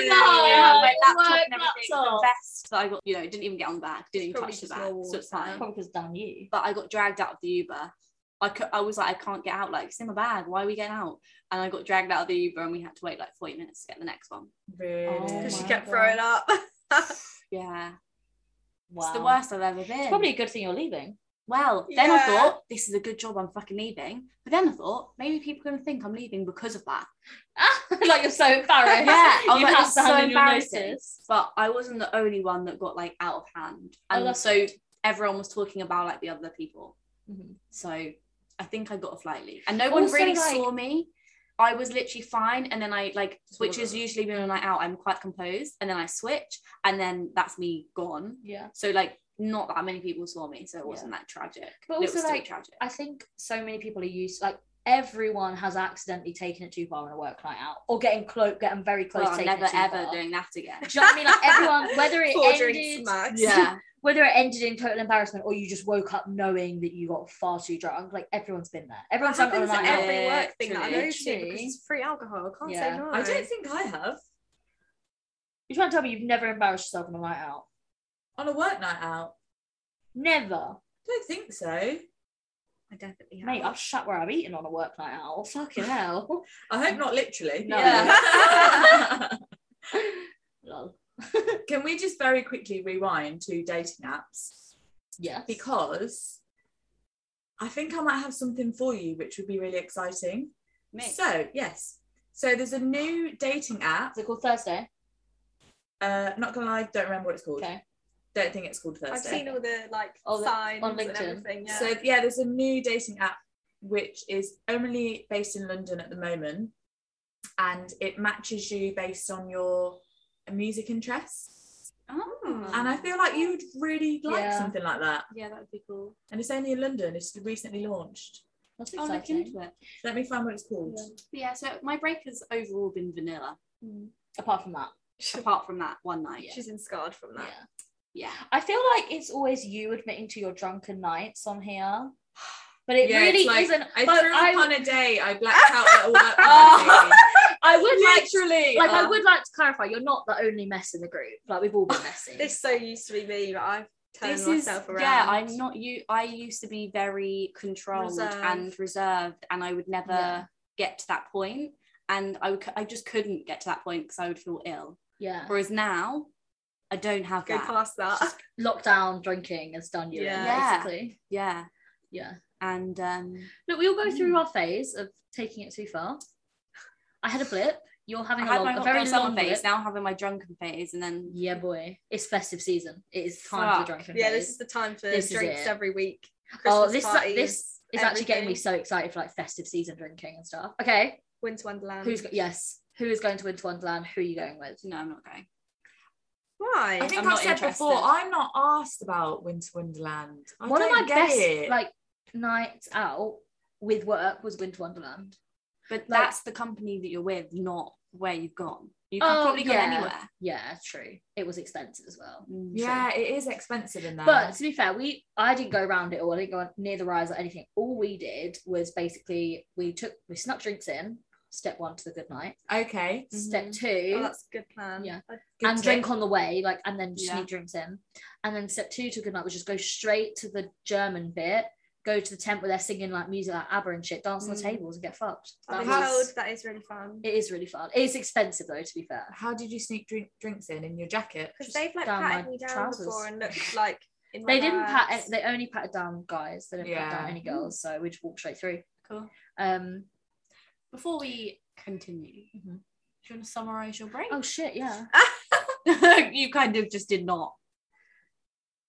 [SPEAKER 1] Oh,
[SPEAKER 4] Yeah,
[SPEAKER 2] [LAUGHS]
[SPEAKER 4] my laptop
[SPEAKER 2] Work
[SPEAKER 4] and everything.
[SPEAKER 2] laptop.
[SPEAKER 4] The vest that I got, you know, didn't even get on the bag, didn't even
[SPEAKER 3] probably
[SPEAKER 4] touch the
[SPEAKER 3] just
[SPEAKER 4] bag,
[SPEAKER 3] normal
[SPEAKER 4] so it's
[SPEAKER 3] stuff.
[SPEAKER 4] fine.
[SPEAKER 2] Probably because damn you.
[SPEAKER 4] But I got dragged out of the Uber. I, cou- I was like, I can't get out. Like, it's in my bag. Why are we getting out? And I got dragged out of the Uber and we had to wait like 40 minutes to get the next one.
[SPEAKER 1] Really?
[SPEAKER 4] Oh
[SPEAKER 3] because she
[SPEAKER 4] my
[SPEAKER 3] kept throwing [LAUGHS] up.
[SPEAKER 4] Yeah.
[SPEAKER 2] Wow.
[SPEAKER 4] It's the worst I've ever been.
[SPEAKER 2] It's probably a good thing you're
[SPEAKER 4] [LAUGHS]
[SPEAKER 2] leaving. [LAUGHS]
[SPEAKER 4] Well, then I
[SPEAKER 3] Yeah.
[SPEAKER 4] thought, this is a good job I'm fucking leaving. But then I thought, maybe people are going to think I'm leaving because of that.
[SPEAKER 2] like you're so embarrassed.
[SPEAKER 4] Yeah, I was
[SPEAKER 2] you
[SPEAKER 4] like,
[SPEAKER 2] have
[SPEAKER 4] it's
[SPEAKER 2] to hand
[SPEAKER 4] so
[SPEAKER 2] in your
[SPEAKER 4] embarrassing.
[SPEAKER 2] notice.
[SPEAKER 4] But I wasn't the only one that got like out of hand.
[SPEAKER 2] Oh,
[SPEAKER 4] And
[SPEAKER 2] that's
[SPEAKER 4] so
[SPEAKER 2] good.
[SPEAKER 4] everyone was talking about like the other people.
[SPEAKER 2] Mhm.
[SPEAKER 4] So I think I got off lightly. And no one
[SPEAKER 2] Also,
[SPEAKER 4] really
[SPEAKER 2] like-
[SPEAKER 4] saw me. I was literally fine. And then I like, which is usually when I'm like out, I'm quite composed. And then I switch. And then that's me gone.
[SPEAKER 2] Yeah.
[SPEAKER 4] So like, not that many people saw me. So it wasn't that tragic.
[SPEAKER 2] But
[SPEAKER 4] it was
[SPEAKER 2] also,
[SPEAKER 4] still
[SPEAKER 2] like,
[SPEAKER 4] tragic.
[SPEAKER 2] I think so many people are used like everyone has accidentally taken it too far on a work night out or getting close getting very close
[SPEAKER 4] Well,
[SPEAKER 2] to
[SPEAKER 4] I'm
[SPEAKER 2] taking
[SPEAKER 4] never
[SPEAKER 2] it too
[SPEAKER 4] ever
[SPEAKER 2] far.
[SPEAKER 4] doing that again.
[SPEAKER 2] [LAUGHS] Do you know what I mean? Like
[SPEAKER 4] [LAUGHS]
[SPEAKER 2] everyone, whether it
[SPEAKER 3] Forgery
[SPEAKER 2] ended,
[SPEAKER 3] [LAUGHS] smacks.
[SPEAKER 4] Yeah.
[SPEAKER 2] whether it ended in total embarrassment or you just woke up knowing that you got far too drunk, like everyone's been there. Everyone's done it on a
[SPEAKER 3] happens
[SPEAKER 2] night
[SPEAKER 3] at
[SPEAKER 4] like
[SPEAKER 2] out.
[SPEAKER 4] that.
[SPEAKER 3] every work thing that I go to
[SPEAKER 2] Literally.
[SPEAKER 3] because it's free alcohol. I can't
[SPEAKER 2] Yeah.
[SPEAKER 3] say no.
[SPEAKER 1] I don't think I have.
[SPEAKER 2] You're trying to tell me you've never embarrassed yourself on a night out?
[SPEAKER 1] On a work night out.
[SPEAKER 2] Never,
[SPEAKER 1] I don't think so.
[SPEAKER 3] I definitely have.
[SPEAKER 2] mate. I've shut where I've eaten on a work night out. Oh, Fucking hell. [LAUGHS]
[SPEAKER 1] I hope not literally. [LAUGHS]
[SPEAKER 2] No.
[SPEAKER 1] Yeah.
[SPEAKER 2] Lol.
[SPEAKER 1] Can we just very quickly rewind to dating apps?
[SPEAKER 2] Yes.
[SPEAKER 1] Because I think I might have something for you, which would be really exciting.
[SPEAKER 4] Me.
[SPEAKER 1] So, yes. So there's a new dating app.
[SPEAKER 2] Is it called Thursday?
[SPEAKER 1] Uh, not gonna lie, don't remember what it's called.
[SPEAKER 2] Okay.
[SPEAKER 1] Don't think it's called Thursday.
[SPEAKER 3] I've seen all [LAUGHS] the like
[SPEAKER 2] All the-
[SPEAKER 3] signs
[SPEAKER 2] on
[SPEAKER 3] and
[SPEAKER 2] LinkedIn.
[SPEAKER 3] everything. Yeah.
[SPEAKER 1] So yeah, there's a new dating app which is only based in London at the moment, and it matches you based on your music interests.
[SPEAKER 4] Oh.
[SPEAKER 1] And I feel like you'd really like
[SPEAKER 2] Yeah.
[SPEAKER 1] something like that.
[SPEAKER 3] yeah, that would be cool.
[SPEAKER 1] And it's only in London. It's recently launched.
[SPEAKER 2] That's
[SPEAKER 4] I'll look
[SPEAKER 2] exciting.
[SPEAKER 4] into it.
[SPEAKER 1] Let me find what it's called.
[SPEAKER 4] Yeah, so my break has overall been
[SPEAKER 2] [LAUGHS]
[SPEAKER 4] vanilla,
[SPEAKER 2] Apart from that,
[SPEAKER 4] apart from that one night.
[SPEAKER 3] She's in scarred from that.
[SPEAKER 2] yeah.
[SPEAKER 4] Yeah.
[SPEAKER 2] I feel like it's always you admitting to your drunken nights on here, [SIGHS] but it
[SPEAKER 1] Yeah, it's
[SPEAKER 2] really
[SPEAKER 1] like,
[SPEAKER 2] isn't.
[SPEAKER 1] I
[SPEAKER 2] but
[SPEAKER 1] threw
[SPEAKER 2] I-
[SPEAKER 1] up on a day. I
[SPEAKER 2] [LAUGHS]
[SPEAKER 1] blacked out at a work [LAUGHS]
[SPEAKER 2] Oh.
[SPEAKER 1] party.
[SPEAKER 2] I would like,
[SPEAKER 1] Literally.
[SPEAKER 2] like I
[SPEAKER 1] oh.
[SPEAKER 2] would like to clarify, you're not the only mess in the group. Like we've all been messy.
[SPEAKER 3] This so used to be me, but I've turned
[SPEAKER 4] This is
[SPEAKER 3] myself around.
[SPEAKER 4] yeah. I'm not you. I used to be very controlled
[SPEAKER 3] Reserved.
[SPEAKER 4] and reserved, and I would never
[SPEAKER 2] Yeah.
[SPEAKER 4] get to that point. And I would, c- I just couldn't get to that point because I would feel ill.
[SPEAKER 2] yeah,
[SPEAKER 4] Whereas now, I don't have
[SPEAKER 3] Go
[SPEAKER 4] that.
[SPEAKER 3] past that.
[SPEAKER 2] lockdown drinking has done you. in,
[SPEAKER 3] Yeah.
[SPEAKER 4] Yeah.
[SPEAKER 2] basically.
[SPEAKER 4] Yeah,
[SPEAKER 2] Yeah.
[SPEAKER 4] and um,
[SPEAKER 2] Look, we all go through our phase of taking it too far. I had a blip. You're
[SPEAKER 4] I
[SPEAKER 2] having a,
[SPEAKER 4] had my
[SPEAKER 2] long, a
[SPEAKER 4] hot
[SPEAKER 2] very
[SPEAKER 4] girl
[SPEAKER 2] long
[SPEAKER 4] summer
[SPEAKER 2] blip.
[SPEAKER 4] phase. Now I'm having my drunken phase, and then
[SPEAKER 2] Yeah, boy. It's festive season. It is time
[SPEAKER 4] Fuck.
[SPEAKER 2] for the drunken
[SPEAKER 3] Yeah,
[SPEAKER 2] phase.
[SPEAKER 3] this is the time for
[SPEAKER 2] This is
[SPEAKER 3] drinks
[SPEAKER 2] it.
[SPEAKER 3] every week.
[SPEAKER 2] Oh,
[SPEAKER 3] Christmas
[SPEAKER 2] this-
[SPEAKER 3] parties,
[SPEAKER 2] this It's actually getting me
[SPEAKER 3] everything.
[SPEAKER 2] so excited for like festive season drinking and stuff. Okay,
[SPEAKER 3] Winter Wonderland.
[SPEAKER 2] who's go- yes? Who is going to Winter Wonderland? Who are you going with?
[SPEAKER 4] no, I'm not going.
[SPEAKER 3] Why?
[SPEAKER 1] I think
[SPEAKER 2] I'm
[SPEAKER 1] I've
[SPEAKER 2] not
[SPEAKER 1] said before,
[SPEAKER 2] interested.
[SPEAKER 1] I'm not asked about Winter Wonderland. I
[SPEAKER 2] One of
[SPEAKER 1] don't
[SPEAKER 2] my
[SPEAKER 1] get
[SPEAKER 2] best
[SPEAKER 1] it.
[SPEAKER 2] like nights out with work was Winter Wonderland.
[SPEAKER 4] But
[SPEAKER 2] Like-
[SPEAKER 4] that's the company that you're with, not where you've gone. You can
[SPEAKER 2] Oh,
[SPEAKER 4] probably go
[SPEAKER 2] yeah.
[SPEAKER 4] anywhere. Mm,
[SPEAKER 2] Yeah, true. It was expensive as well.
[SPEAKER 1] yeah, it is expensive in there.
[SPEAKER 2] But to be fair, we I didn't go around it all. I didn't go near the rise or anything. All we did was basically we took we snuck drinks in. Step one to the good night.
[SPEAKER 1] okay,
[SPEAKER 2] Step
[SPEAKER 3] Mhm.
[SPEAKER 2] two,
[SPEAKER 3] Oh, that's a good plan.
[SPEAKER 2] Yeah.
[SPEAKER 3] I'd-
[SPEAKER 1] good
[SPEAKER 2] and
[SPEAKER 1] tip.
[SPEAKER 2] drink on the way, like, and then just
[SPEAKER 4] Yeah.
[SPEAKER 2] sneak drinks in. And then step two to good night was just go straight to the German bit, go to the tent where they're singing like music like ABBA and shit, dance on the
[SPEAKER 3] Mm.
[SPEAKER 2] tables and get fucked. That
[SPEAKER 3] I've been
[SPEAKER 1] was-
[SPEAKER 3] told that is really fun
[SPEAKER 2] it is really fun. It's expensive though, to be fair.
[SPEAKER 1] How did you sneak drink, drinks in in your jacket?
[SPEAKER 3] because
[SPEAKER 2] just
[SPEAKER 3] they've like
[SPEAKER 2] down
[SPEAKER 3] patted
[SPEAKER 2] my
[SPEAKER 3] me down
[SPEAKER 2] trousers.
[SPEAKER 3] before and looked like in my
[SPEAKER 2] They didn't pat.
[SPEAKER 3] bags.
[SPEAKER 2] They only patted down guys. They didn't pat down
[SPEAKER 1] Yeah.
[SPEAKER 2] any girls. So we just walked straight through.
[SPEAKER 4] Cool.
[SPEAKER 2] Um.
[SPEAKER 4] Before we continue,
[SPEAKER 2] Mhm.
[SPEAKER 4] do you want to summarize your break?
[SPEAKER 2] Oh shit! Yeah.
[SPEAKER 4] you kind of just did not.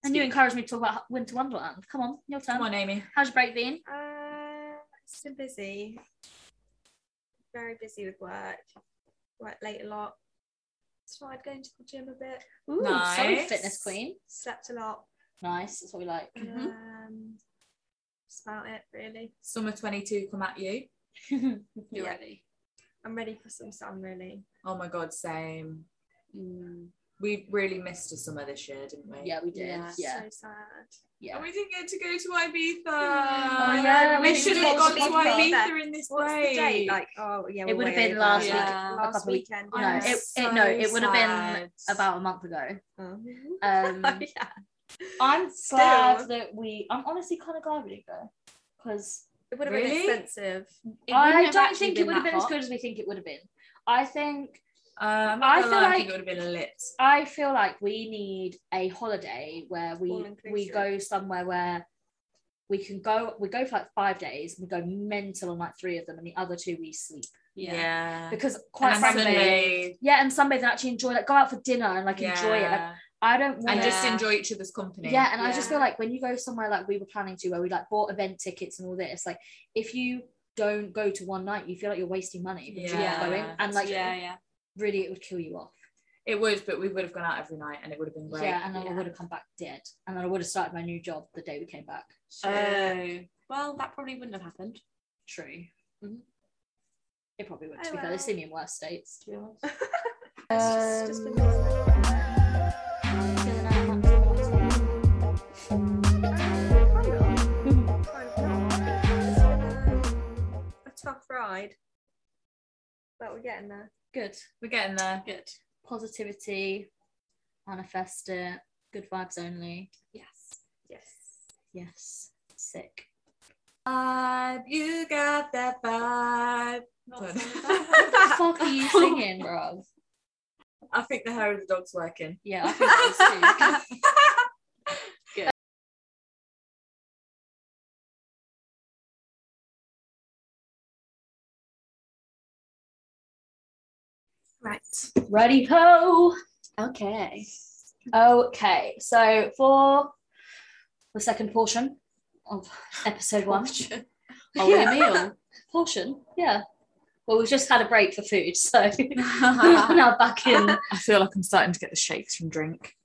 [SPEAKER 2] And you
[SPEAKER 4] Speak.
[SPEAKER 2] encouraged me to talk about Winter Wonderland. Come on, your turn.
[SPEAKER 1] Come on, Amy.
[SPEAKER 2] How's your break been?
[SPEAKER 3] Uh, it's been busy. Very busy with work. Work late a lot. Tried going to the gym a bit.
[SPEAKER 2] Ooh, solid
[SPEAKER 1] Nice.
[SPEAKER 2] fitness queen.
[SPEAKER 3] Slept a lot.
[SPEAKER 2] Nice. That's what we like. [LAUGHS]
[SPEAKER 1] Mhm.
[SPEAKER 3] Um, that's about it really.
[SPEAKER 1] Summer 22 come at you.
[SPEAKER 4] You're
[SPEAKER 3] Yeah.
[SPEAKER 4] ready.
[SPEAKER 3] I'm ready for some sun really.
[SPEAKER 1] Oh my god, same.
[SPEAKER 4] Mm.
[SPEAKER 1] We really missed a summer this year, didn't we?
[SPEAKER 2] yeah, we did. Yeah. Yeah.
[SPEAKER 4] Yeah.
[SPEAKER 3] So sad.
[SPEAKER 1] And we didn't get to go to Ibiza.
[SPEAKER 2] Oh, yeah,
[SPEAKER 1] we
[SPEAKER 2] we
[SPEAKER 1] should
[SPEAKER 2] didn't
[SPEAKER 1] have gone to
[SPEAKER 2] get to
[SPEAKER 1] Ibiza,
[SPEAKER 3] Ibiza.
[SPEAKER 1] in this
[SPEAKER 3] What's
[SPEAKER 1] break.
[SPEAKER 3] the date? Like, oh yeah,
[SPEAKER 2] It
[SPEAKER 3] we're
[SPEAKER 2] would have been
[SPEAKER 3] way
[SPEAKER 2] last
[SPEAKER 3] over.
[SPEAKER 4] week-
[SPEAKER 3] Last
[SPEAKER 2] couple of
[SPEAKER 3] weekend.
[SPEAKER 2] No,
[SPEAKER 1] I'm
[SPEAKER 2] it,
[SPEAKER 3] [LAUGHS]
[SPEAKER 2] it
[SPEAKER 1] so
[SPEAKER 2] no, it would have been
[SPEAKER 1] sad.
[SPEAKER 2] about a month ago.
[SPEAKER 3] Oh.
[SPEAKER 2] Um,
[SPEAKER 3] Oh, yeah.
[SPEAKER 2] I'm
[SPEAKER 3] Still.
[SPEAKER 2] glad that we. I'm honestly kind of glad we didn't go because
[SPEAKER 3] It would have
[SPEAKER 1] Really?
[SPEAKER 3] been expensive.
[SPEAKER 4] It wouldn't
[SPEAKER 2] I
[SPEAKER 4] have
[SPEAKER 2] don't
[SPEAKER 4] actually
[SPEAKER 2] think it would have
[SPEAKER 4] that
[SPEAKER 2] been as
[SPEAKER 4] hot.
[SPEAKER 2] good as we think it would have been. I think
[SPEAKER 1] Um,
[SPEAKER 2] I
[SPEAKER 1] I feel
[SPEAKER 2] feel
[SPEAKER 1] I think
[SPEAKER 2] like-
[SPEAKER 1] it would have been a lit.
[SPEAKER 2] I feel like we need a holiday where we we
[SPEAKER 3] All-inclusive.
[SPEAKER 2] go somewhere where we can go we go for like five days and we go mental on like three of them and the other two we sleep
[SPEAKER 4] Yeah.
[SPEAKER 2] because quite
[SPEAKER 1] And
[SPEAKER 2] frankly
[SPEAKER 1] Sunday,
[SPEAKER 2] yeah and Sunday then actually enjoy like go out for dinner and like enjoy it Like,
[SPEAKER 1] yeah.
[SPEAKER 2] I don't want
[SPEAKER 1] and just
[SPEAKER 4] Yeah.
[SPEAKER 1] enjoy each other's company.
[SPEAKER 2] Yeah, and I just feel
[SPEAKER 3] Yeah.
[SPEAKER 2] like when you go somewhere like we were planning to, where we like bought event tickets and all this, like if you don't go to one night, you feel like you're wasting money. because you're not
[SPEAKER 1] Yeah.
[SPEAKER 2] going, and like
[SPEAKER 4] yeah, yeah.
[SPEAKER 2] really, it would kill you off.
[SPEAKER 1] It would, but we would have gone out every night, and it would have been great.
[SPEAKER 2] Yeah, and then
[SPEAKER 4] yeah.
[SPEAKER 2] I would have come back dead, and then I would have started my new job the day we came back. Uh,
[SPEAKER 4] Oh, well, that probably wouldn't have happened.
[SPEAKER 2] True.
[SPEAKER 4] Mhm.
[SPEAKER 2] It probably would.
[SPEAKER 3] Oh,
[SPEAKER 2] To be fair,
[SPEAKER 3] well.
[SPEAKER 2] they see me in worse states. To be honest.
[SPEAKER 3] Um, It's just been
[SPEAKER 2] Feeling out of my mind.
[SPEAKER 3] a tough ride, but we're getting there.
[SPEAKER 2] Good.
[SPEAKER 1] We're getting there.
[SPEAKER 2] [LAUGHS]
[SPEAKER 4] Good.
[SPEAKER 2] Positivity. Manifest it. Good vibes only.
[SPEAKER 4] Yes.
[SPEAKER 3] Yes.
[SPEAKER 2] Yes. Sick.
[SPEAKER 1] Vibe, you got that [LAUGHS] vibe.
[SPEAKER 3] [LAUGHS]
[SPEAKER 1] Good.
[SPEAKER 2] fuck are you singing, bro?
[SPEAKER 1] I think the hair of the dog's working. [LAUGHS]
[SPEAKER 2] Yeah, I think it is too. [LAUGHS]
[SPEAKER 3] Right.
[SPEAKER 2] [LAUGHS] Ready ho!
[SPEAKER 4] Okay.
[SPEAKER 2] Okay, so for the second portion of episode one, Oh,
[SPEAKER 4] Are we
[SPEAKER 2] Yeah.
[SPEAKER 4] a meal?
[SPEAKER 2] portion, yeah. Well, we've just had a break for food,
[SPEAKER 3] [LAUGHS]
[SPEAKER 2] so we're now back in.
[SPEAKER 1] I feel like I'm starting to get the shakes from drink.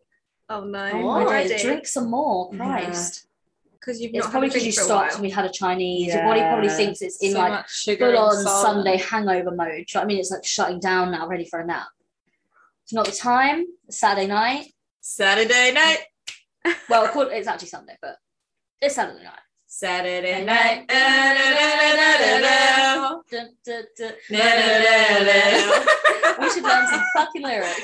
[SPEAKER 3] Oh no.
[SPEAKER 4] Oh,
[SPEAKER 2] Oh,
[SPEAKER 3] already?
[SPEAKER 2] drink some more,
[SPEAKER 1] Yeah.
[SPEAKER 2] Christ!
[SPEAKER 3] Because you've
[SPEAKER 2] It's
[SPEAKER 3] not had
[SPEAKER 2] probably
[SPEAKER 3] a
[SPEAKER 2] because you
[SPEAKER 3] drink for a
[SPEAKER 2] stopped and we
[SPEAKER 3] while.
[SPEAKER 2] had a Chinese. Your body probably thinks it's in like
[SPEAKER 1] much sugar
[SPEAKER 2] full on
[SPEAKER 1] and salt.
[SPEAKER 2] Sunday hangover mode. Do you know what I mean? It's like shutting down now, ready for a nap. It's not the time. It's Saturday night.
[SPEAKER 1] Saturday night.
[SPEAKER 2] Well, of course, it's actually Sunday, but it's Saturday night.
[SPEAKER 1] Saturday
[SPEAKER 2] night.
[SPEAKER 1] night. Da-da-da-da-da-da.
[SPEAKER 2] Dun, dun, dun.
[SPEAKER 1] Da-da-da-da-da.
[SPEAKER 2] we should learn some fucking lyrics.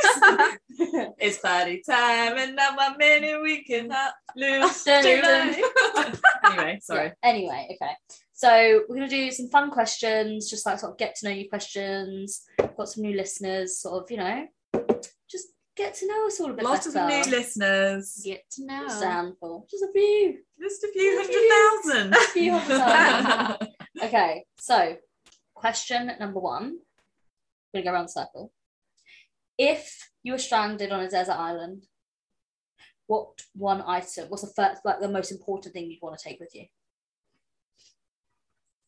[SPEAKER 1] [LAUGHS] It's party time, and not my minute we cannot [LAUGHS] lose
[SPEAKER 2] Dun, dun,
[SPEAKER 1] tonight. [LAUGHS] anyway, sorry.
[SPEAKER 2] Yeah. Anyway, okay. So we're gonna do some fun questions, just like sort of get to know you questions. Got some new listeners, sort of, you know, just get to know us all a bit
[SPEAKER 1] Lots of
[SPEAKER 2] better.
[SPEAKER 1] new listeners.
[SPEAKER 4] Get to know.
[SPEAKER 2] Example, just a few,
[SPEAKER 1] Just a few
[SPEAKER 2] Thank
[SPEAKER 1] hundred [LAUGHS]
[SPEAKER 2] a few of them.
[SPEAKER 1] thousand.
[SPEAKER 2] Okay, so question number one. We're gonna go around the circle. If you were stranded on a desert island, what one item? What's the first, like the most important thing you'd want to take with you?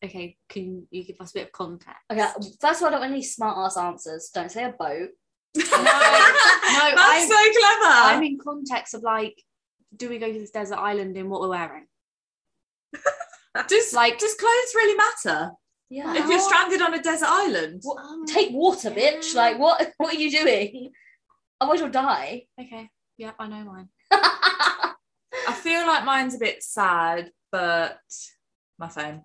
[SPEAKER 4] Okay, can you give us a bit of context? [LAUGHS]
[SPEAKER 2] Okay, [LAUGHS] first of all, I don't want any smart ass answers. Don't say a boat.
[SPEAKER 1] no, that's
[SPEAKER 4] I'm-
[SPEAKER 1] so clever.
[SPEAKER 2] Um,
[SPEAKER 4] I'm in context of like, do we go to this desert island in what we're wearing?
[SPEAKER 1] does
[SPEAKER 4] like-
[SPEAKER 1] like Oh. does clothes really matter
[SPEAKER 2] Yeah.
[SPEAKER 4] [LAUGHS]
[SPEAKER 1] if you're stranded on a desert island?
[SPEAKER 2] What- take water, bitch. Like what? [LAUGHS] What are you doing? Otherwise, you'll die. [LAUGHS]
[SPEAKER 4] Okay. Yeah, I know mine.
[SPEAKER 1] I feel like mine's a bit sad, but my phone.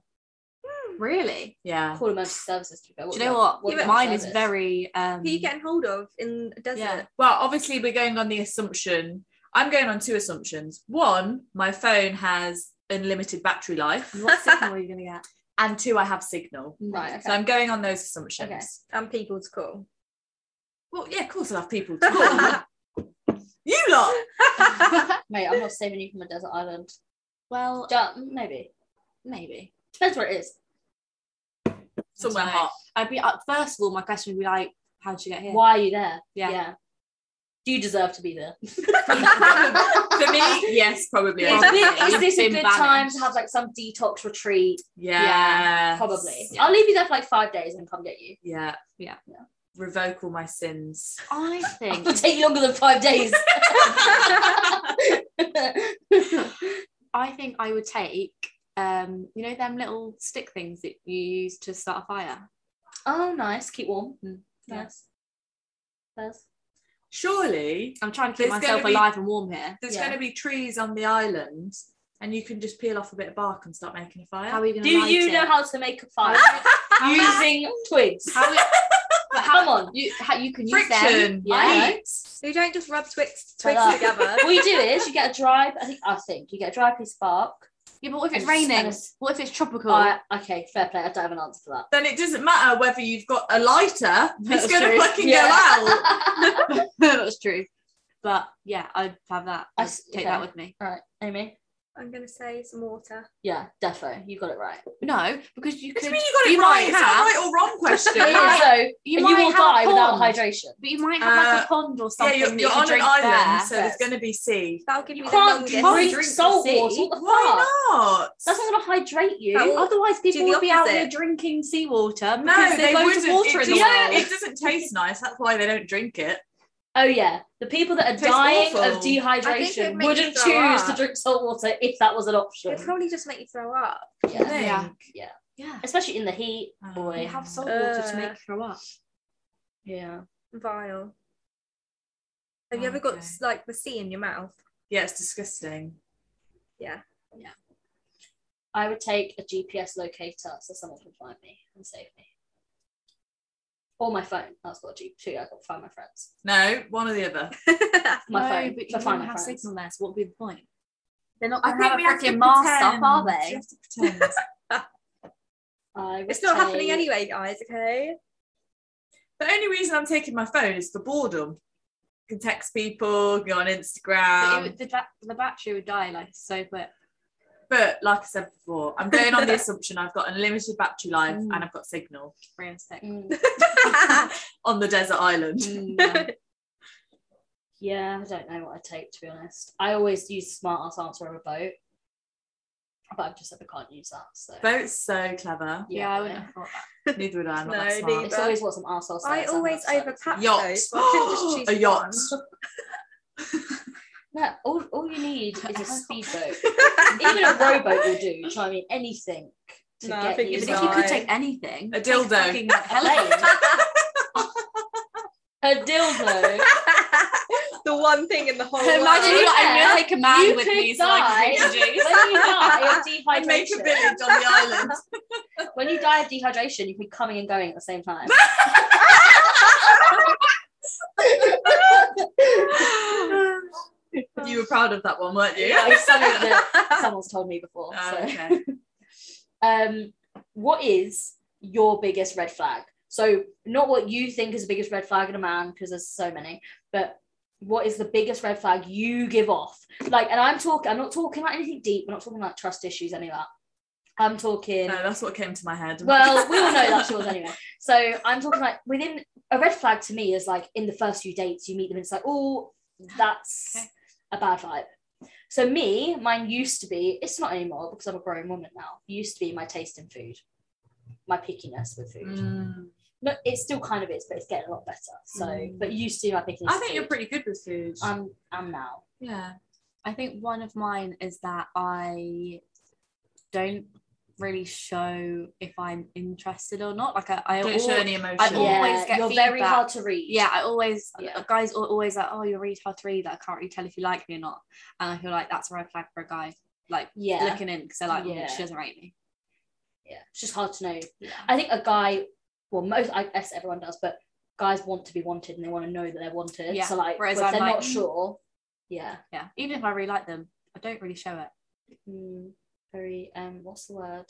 [SPEAKER 4] Really?
[SPEAKER 1] Yeah.
[SPEAKER 2] Call emergency services. To be fair.
[SPEAKER 4] Do you know what?
[SPEAKER 2] What about
[SPEAKER 4] mine is
[SPEAKER 2] service?
[SPEAKER 4] very. Um,
[SPEAKER 3] Who are you getting hold of in a desert?
[SPEAKER 1] Yeah. Well, obviously we're going on the assumption. I'm going on two assumptions. One, my phone has unlimited battery life,
[SPEAKER 4] What signal are you gonna get?
[SPEAKER 1] and two, I have signal.
[SPEAKER 2] Right.
[SPEAKER 1] So
[SPEAKER 2] okay.
[SPEAKER 1] I'm going on those assumptions.
[SPEAKER 2] Okay.
[SPEAKER 3] And people to call.
[SPEAKER 1] Well, yeah, of course I'll have people to call. you lot.
[SPEAKER 4] [LAUGHS]
[SPEAKER 2] Mate, I'm not saving you from a desert island.
[SPEAKER 4] Well,
[SPEAKER 2] Don't- maybe.
[SPEAKER 4] maybe.
[SPEAKER 2] Depends where it is.
[SPEAKER 1] Somewhere
[SPEAKER 4] Sorry.
[SPEAKER 1] hot.
[SPEAKER 4] I'd be uh, first of all. My question would be like, how did you get here?
[SPEAKER 2] Why are you there?
[SPEAKER 4] Yeah.
[SPEAKER 2] Do you deserve to be
[SPEAKER 4] [LAUGHS]
[SPEAKER 2] there?
[SPEAKER 1] [LAUGHS] For me, yes, probably.
[SPEAKER 4] Yeah.
[SPEAKER 2] Is
[SPEAKER 1] I'll be
[SPEAKER 2] this,
[SPEAKER 1] there.
[SPEAKER 2] is this a
[SPEAKER 4] Been
[SPEAKER 2] good time
[SPEAKER 4] banished.
[SPEAKER 2] to have like some detox retreat?
[SPEAKER 1] Yeah.
[SPEAKER 2] Probably.
[SPEAKER 1] Yeah.
[SPEAKER 2] I'll leave you there for like five days and come get you.
[SPEAKER 1] Yeah.
[SPEAKER 4] Yeah.
[SPEAKER 1] Revoke all my sins.
[SPEAKER 4] I think.
[SPEAKER 2] It'll [LAUGHS] take you longer than five
[SPEAKER 4] [LAUGHS]
[SPEAKER 2] days.
[SPEAKER 4] I think I would take. Um, you know them little stick things that you use to start a fire.
[SPEAKER 2] oh, nice. Keep warm.
[SPEAKER 4] Mm,
[SPEAKER 1] yeah.
[SPEAKER 2] Nice. Nice.
[SPEAKER 1] Surely
[SPEAKER 4] I'm trying to keep
[SPEAKER 1] There's
[SPEAKER 4] myself
[SPEAKER 1] gonna be-
[SPEAKER 4] alive and warm here.
[SPEAKER 1] there's
[SPEAKER 2] Yeah.
[SPEAKER 1] going to be trees on the island, and you can just peel off a bit of bark and start making a fire.
[SPEAKER 4] How are you gonna?
[SPEAKER 2] Do
[SPEAKER 4] light
[SPEAKER 2] you
[SPEAKER 4] it?
[SPEAKER 2] know how to make a fire using twigs?
[SPEAKER 4] [LAUGHS] How it- but how-
[SPEAKER 2] Come on.
[SPEAKER 4] you how you can use them.
[SPEAKER 1] Friction.
[SPEAKER 4] Yeah.
[SPEAKER 2] I-
[SPEAKER 3] So you don't just rub twigs,
[SPEAKER 2] Shut
[SPEAKER 3] twigs
[SPEAKER 2] up. [LAUGHS]
[SPEAKER 3] together.
[SPEAKER 2] what you do is you get a dry. I think I think you get a dry piece of bark.
[SPEAKER 4] Yeah, but what if
[SPEAKER 2] And
[SPEAKER 4] it's
[SPEAKER 2] s-
[SPEAKER 4] raining?
[SPEAKER 2] and s-
[SPEAKER 4] What if it's tropical?
[SPEAKER 2] Uh, okay, fair play. I don't have an answer for
[SPEAKER 1] Then it doesn't matter whether you've got a lighter,
[SPEAKER 4] That's
[SPEAKER 1] it's going to
[SPEAKER 4] true.
[SPEAKER 1] fucking
[SPEAKER 2] Yeah.
[SPEAKER 1] go out.
[SPEAKER 2] that.
[SPEAKER 4] [LAUGHS]
[SPEAKER 2] [LAUGHS]
[SPEAKER 4] That's true. But yeah, I'd have that.
[SPEAKER 2] I
[SPEAKER 4] I'd
[SPEAKER 2] s-
[SPEAKER 4] take
[SPEAKER 2] okay.
[SPEAKER 4] that with me.
[SPEAKER 2] All right, Amy.
[SPEAKER 3] I'm gonna say some water.
[SPEAKER 2] Yeah, defo. You got it right.
[SPEAKER 4] No, because you
[SPEAKER 1] What do
[SPEAKER 4] could.
[SPEAKER 1] you mean you got it
[SPEAKER 4] You
[SPEAKER 1] right?
[SPEAKER 4] might
[SPEAKER 1] It's not
[SPEAKER 4] have-
[SPEAKER 1] right or wrong question.
[SPEAKER 2] So
[SPEAKER 4] You,
[SPEAKER 2] you,
[SPEAKER 4] might
[SPEAKER 2] will
[SPEAKER 4] have a
[SPEAKER 2] die without
[SPEAKER 4] pond,
[SPEAKER 2] hydration.
[SPEAKER 4] But you might have like
[SPEAKER 1] Uh,
[SPEAKER 4] a pond
[SPEAKER 1] [LAUGHS]
[SPEAKER 4] or
[SPEAKER 1] yeah,
[SPEAKER 4] something.
[SPEAKER 1] you're,
[SPEAKER 4] that
[SPEAKER 1] you're
[SPEAKER 4] you
[SPEAKER 1] on an
[SPEAKER 4] drink
[SPEAKER 1] island,
[SPEAKER 4] there.
[SPEAKER 1] so there's going to be sea.
[SPEAKER 3] That'll give me
[SPEAKER 2] You
[SPEAKER 3] the
[SPEAKER 2] can't
[SPEAKER 3] longest.
[SPEAKER 2] drink
[SPEAKER 4] Can't drink
[SPEAKER 2] salt
[SPEAKER 4] sea.
[SPEAKER 2] water. What the
[SPEAKER 1] Why
[SPEAKER 2] fuck?
[SPEAKER 1] not?
[SPEAKER 2] That's not gonna hydrate you.
[SPEAKER 3] That will-
[SPEAKER 4] Otherwise, people
[SPEAKER 3] the
[SPEAKER 4] would be out there
[SPEAKER 3] opposite.
[SPEAKER 4] drinking seawater
[SPEAKER 1] no,
[SPEAKER 4] because
[SPEAKER 1] they
[SPEAKER 4] there's loads
[SPEAKER 1] wouldn't.
[SPEAKER 4] of water
[SPEAKER 1] it,
[SPEAKER 4] in the
[SPEAKER 1] just-
[SPEAKER 4] world.
[SPEAKER 1] it doesn't taste nice. That's why they don't drink it.
[SPEAKER 2] Oh yeah, the people that are
[SPEAKER 1] Tastes
[SPEAKER 2] dying
[SPEAKER 1] awful.
[SPEAKER 2] of
[SPEAKER 3] I think it
[SPEAKER 2] dehydration
[SPEAKER 3] makes you
[SPEAKER 2] wouldn't
[SPEAKER 3] throw
[SPEAKER 2] choose
[SPEAKER 3] up.
[SPEAKER 2] to drink salt water if that was an option.
[SPEAKER 3] It'd probably just make you throw up.
[SPEAKER 2] Yeah.
[SPEAKER 4] Yeah.
[SPEAKER 2] Yeah.
[SPEAKER 4] Yeah.
[SPEAKER 2] especially in the heat.
[SPEAKER 4] They
[SPEAKER 2] Boy,
[SPEAKER 4] have salt water to
[SPEAKER 3] Uh,
[SPEAKER 4] make throw up.
[SPEAKER 2] yeah.
[SPEAKER 3] Vile. Have you ever got
[SPEAKER 1] Okay.
[SPEAKER 3] like the sea in your mouth? [LAUGHS]
[SPEAKER 1] Yeah, it's disgusting.
[SPEAKER 2] I would take a GPS locator so someone can find me and save me. Or my phone. That's what G two. I got to find my friends.
[SPEAKER 1] No, one or the other.
[SPEAKER 2] My
[SPEAKER 4] no,
[SPEAKER 2] phone
[SPEAKER 4] but you
[SPEAKER 2] to find
[SPEAKER 4] don't
[SPEAKER 2] my
[SPEAKER 4] have
[SPEAKER 2] friends.
[SPEAKER 4] signal there, so what would be the point?
[SPEAKER 2] They're not.
[SPEAKER 4] I
[SPEAKER 2] Gonna
[SPEAKER 4] think
[SPEAKER 2] have a
[SPEAKER 4] we have to
[SPEAKER 2] freaking mask up,
[SPEAKER 4] pretend.
[SPEAKER 2] are
[SPEAKER 1] You
[SPEAKER 2] they?
[SPEAKER 1] have to pretend. [LAUGHS]
[SPEAKER 2] I would
[SPEAKER 3] It's not happening
[SPEAKER 2] take-
[SPEAKER 3] anyway, guys. Okay. [LAUGHS]
[SPEAKER 1] the only reason I'm taking my phone is for boredom. You can text people, go on
[SPEAKER 4] But
[SPEAKER 1] Instagram.
[SPEAKER 4] it would- the, ba- the battery would die like so quick.
[SPEAKER 1] But like I said before, I'm going on the assumption I've got unlimited battery
[SPEAKER 4] [LAUGHS]
[SPEAKER 1] life
[SPEAKER 4] Mm.
[SPEAKER 1] and I've got signal
[SPEAKER 4] Realistic.
[SPEAKER 2] Mm,
[SPEAKER 1] [LAUGHS] on the desert island.
[SPEAKER 4] Mm, yeah.
[SPEAKER 2] [LAUGHS] yeah, I don't know what I take to be honest. I always use smart ass answer on a boat, but I've just said I can't use that. So
[SPEAKER 1] Boat's so clever.
[SPEAKER 4] yeah, I wouldn't have thought
[SPEAKER 1] [LAUGHS]
[SPEAKER 4] that.
[SPEAKER 1] Neither would I. I'm not
[SPEAKER 3] No,
[SPEAKER 1] that smart.
[SPEAKER 2] It's always what some arsehole says.
[SPEAKER 3] I
[SPEAKER 2] I'm
[SPEAKER 3] always
[SPEAKER 2] not upset.
[SPEAKER 3] overpack
[SPEAKER 1] Yachts.
[SPEAKER 3] those. so I could
[SPEAKER 1] [GASPS]
[SPEAKER 3] just choose
[SPEAKER 1] a yacht. [LAUGHS]
[SPEAKER 3] one.
[SPEAKER 2] No, all, all you need is
[SPEAKER 3] [LAUGHS]
[SPEAKER 2] a speedboat. Even a rowboat will do. Do you know what I mean? Anything to
[SPEAKER 3] No, I
[SPEAKER 2] get
[SPEAKER 3] think
[SPEAKER 2] you.
[SPEAKER 3] it's
[SPEAKER 4] But
[SPEAKER 2] to
[SPEAKER 4] if you could
[SPEAKER 3] Right.
[SPEAKER 4] take anything,
[SPEAKER 1] A
[SPEAKER 4] take
[SPEAKER 1] dildo.
[SPEAKER 4] fucking
[SPEAKER 2] a plane.
[SPEAKER 3] [LAUGHS]
[SPEAKER 4] Helen.
[SPEAKER 2] a dildo.
[SPEAKER 3] the one thing in the whole
[SPEAKER 4] [LAUGHS] Imagine
[SPEAKER 2] you
[SPEAKER 3] world.
[SPEAKER 4] you're like, I'm
[SPEAKER 2] Yeah.
[SPEAKER 4] gonna take a man
[SPEAKER 2] You
[SPEAKER 4] with
[SPEAKER 2] could die.
[SPEAKER 4] me so I can
[SPEAKER 1] [LAUGHS]
[SPEAKER 2] when you die of
[SPEAKER 4] [LAUGHS] reproduce.
[SPEAKER 1] And make a
[SPEAKER 2] dehydration,
[SPEAKER 1] village on the island.
[SPEAKER 2] [LAUGHS] when you die of dehydration, you can be coming and going at the
[SPEAKER 1] [LAUGHS]
[SPEAKER 2] same time.
[SPEAKER 1] you were proud of that one, weren't you?
[SPEAKER 2] Yeah, it's
[SPEAKER 1] [LAUGHS]
[SPEAKER 2] something that someone's told me before.
[SPEAKER 1] Oh,
[SPEAKER 2] so.
[SPEAKER 1] okay.
[SPEAKER 2] um, what is your biggest red flag? So, not what you think is the biggest red flag in a man, because there's so many, but what is the biggest red flag you give off? Like, and I'm talking, I'm not talking like anything deep. We're not talking like trust issues, any of that. I'm talking.
[SPEAKER 1] No, that's what came to my head. [LAUGHS]
[SPEAKER 2] Well, we all know that's yours anyway. So I'm talking like within a red flag to me is like in the first few dates you meet them, and it's like, oh, that's
[SPEAKER 4] Okay.
[SPEAKER 2] a bad vibe. So me, mine used to be, it's not anymore because I'm a grown woman now. Used to be my taste in food, my pickiness with food.
[SPEAKER 1] Mm.
[SPEAKER 2] No, it still kind of is, but it's getting a lot better. So,
[SPEAKER 1] Mm.
[SPEAKER 2] but used to be my pickiness.
[SPEAKER 1] I
[SPEAKER 2] with
[SPEAKER 1] think you're
[SPEAKER 2] food.
[SPEAKER 1] pretty good with food.
[SPEAKER 2] I'm, I'm now.
[SPEAKER 1] yeah.
[SPEAKER 4] I think one of mine is that I don't really show if I'm interested or not. Like I, I
[SPEAKER 1] Don't
[SPEAKER 4] al-
[SPEAKER 1] show any emotion.
[SPEAKER 4] I've always get
[SPEAKER 2] you're very
[SPEAKER 4] feedback.
[SPEAKER 2] hard to read.
[SPEAKER 4] yeah, I always uh,
[SPEAKER 2] Yeah.
[SPEAKER 4] guys are always like, oh, you're really hard to read. I can't really tell if you like me or not. And I feel like that's a red flag for a guy like
[SPEAKER 2] yeah,
[SPEAKER 4] looking in because they're like, "Mm,
[SPEAKER 2] Yeah.
[SPEAKER 4] she doesn't rate me.
[SPEAKER 2] yeah. It's just hard to know
[SPEAKER 4] Yeah.
[SPEAKER 2] I think a guy, well, most I guess everyone does, but guys want to be wanted and they want to know that they're wanted.
[SPEAKER 4] Yeah,
[SPEAKER 2] So like,
[SPEAKER 4] whereas
[SPEAKER 2] if
[SPEAKER 4] I'm
[SPEAKER 2] they're
[SPEAKER 4] like- mm.
[SPEAKER 2] not sure. Yeah.
[SPEAKER 4] yeah. Even if I really like them, I don't really show it.
[SPEAKER 2] Mm, very. Um. What's the word?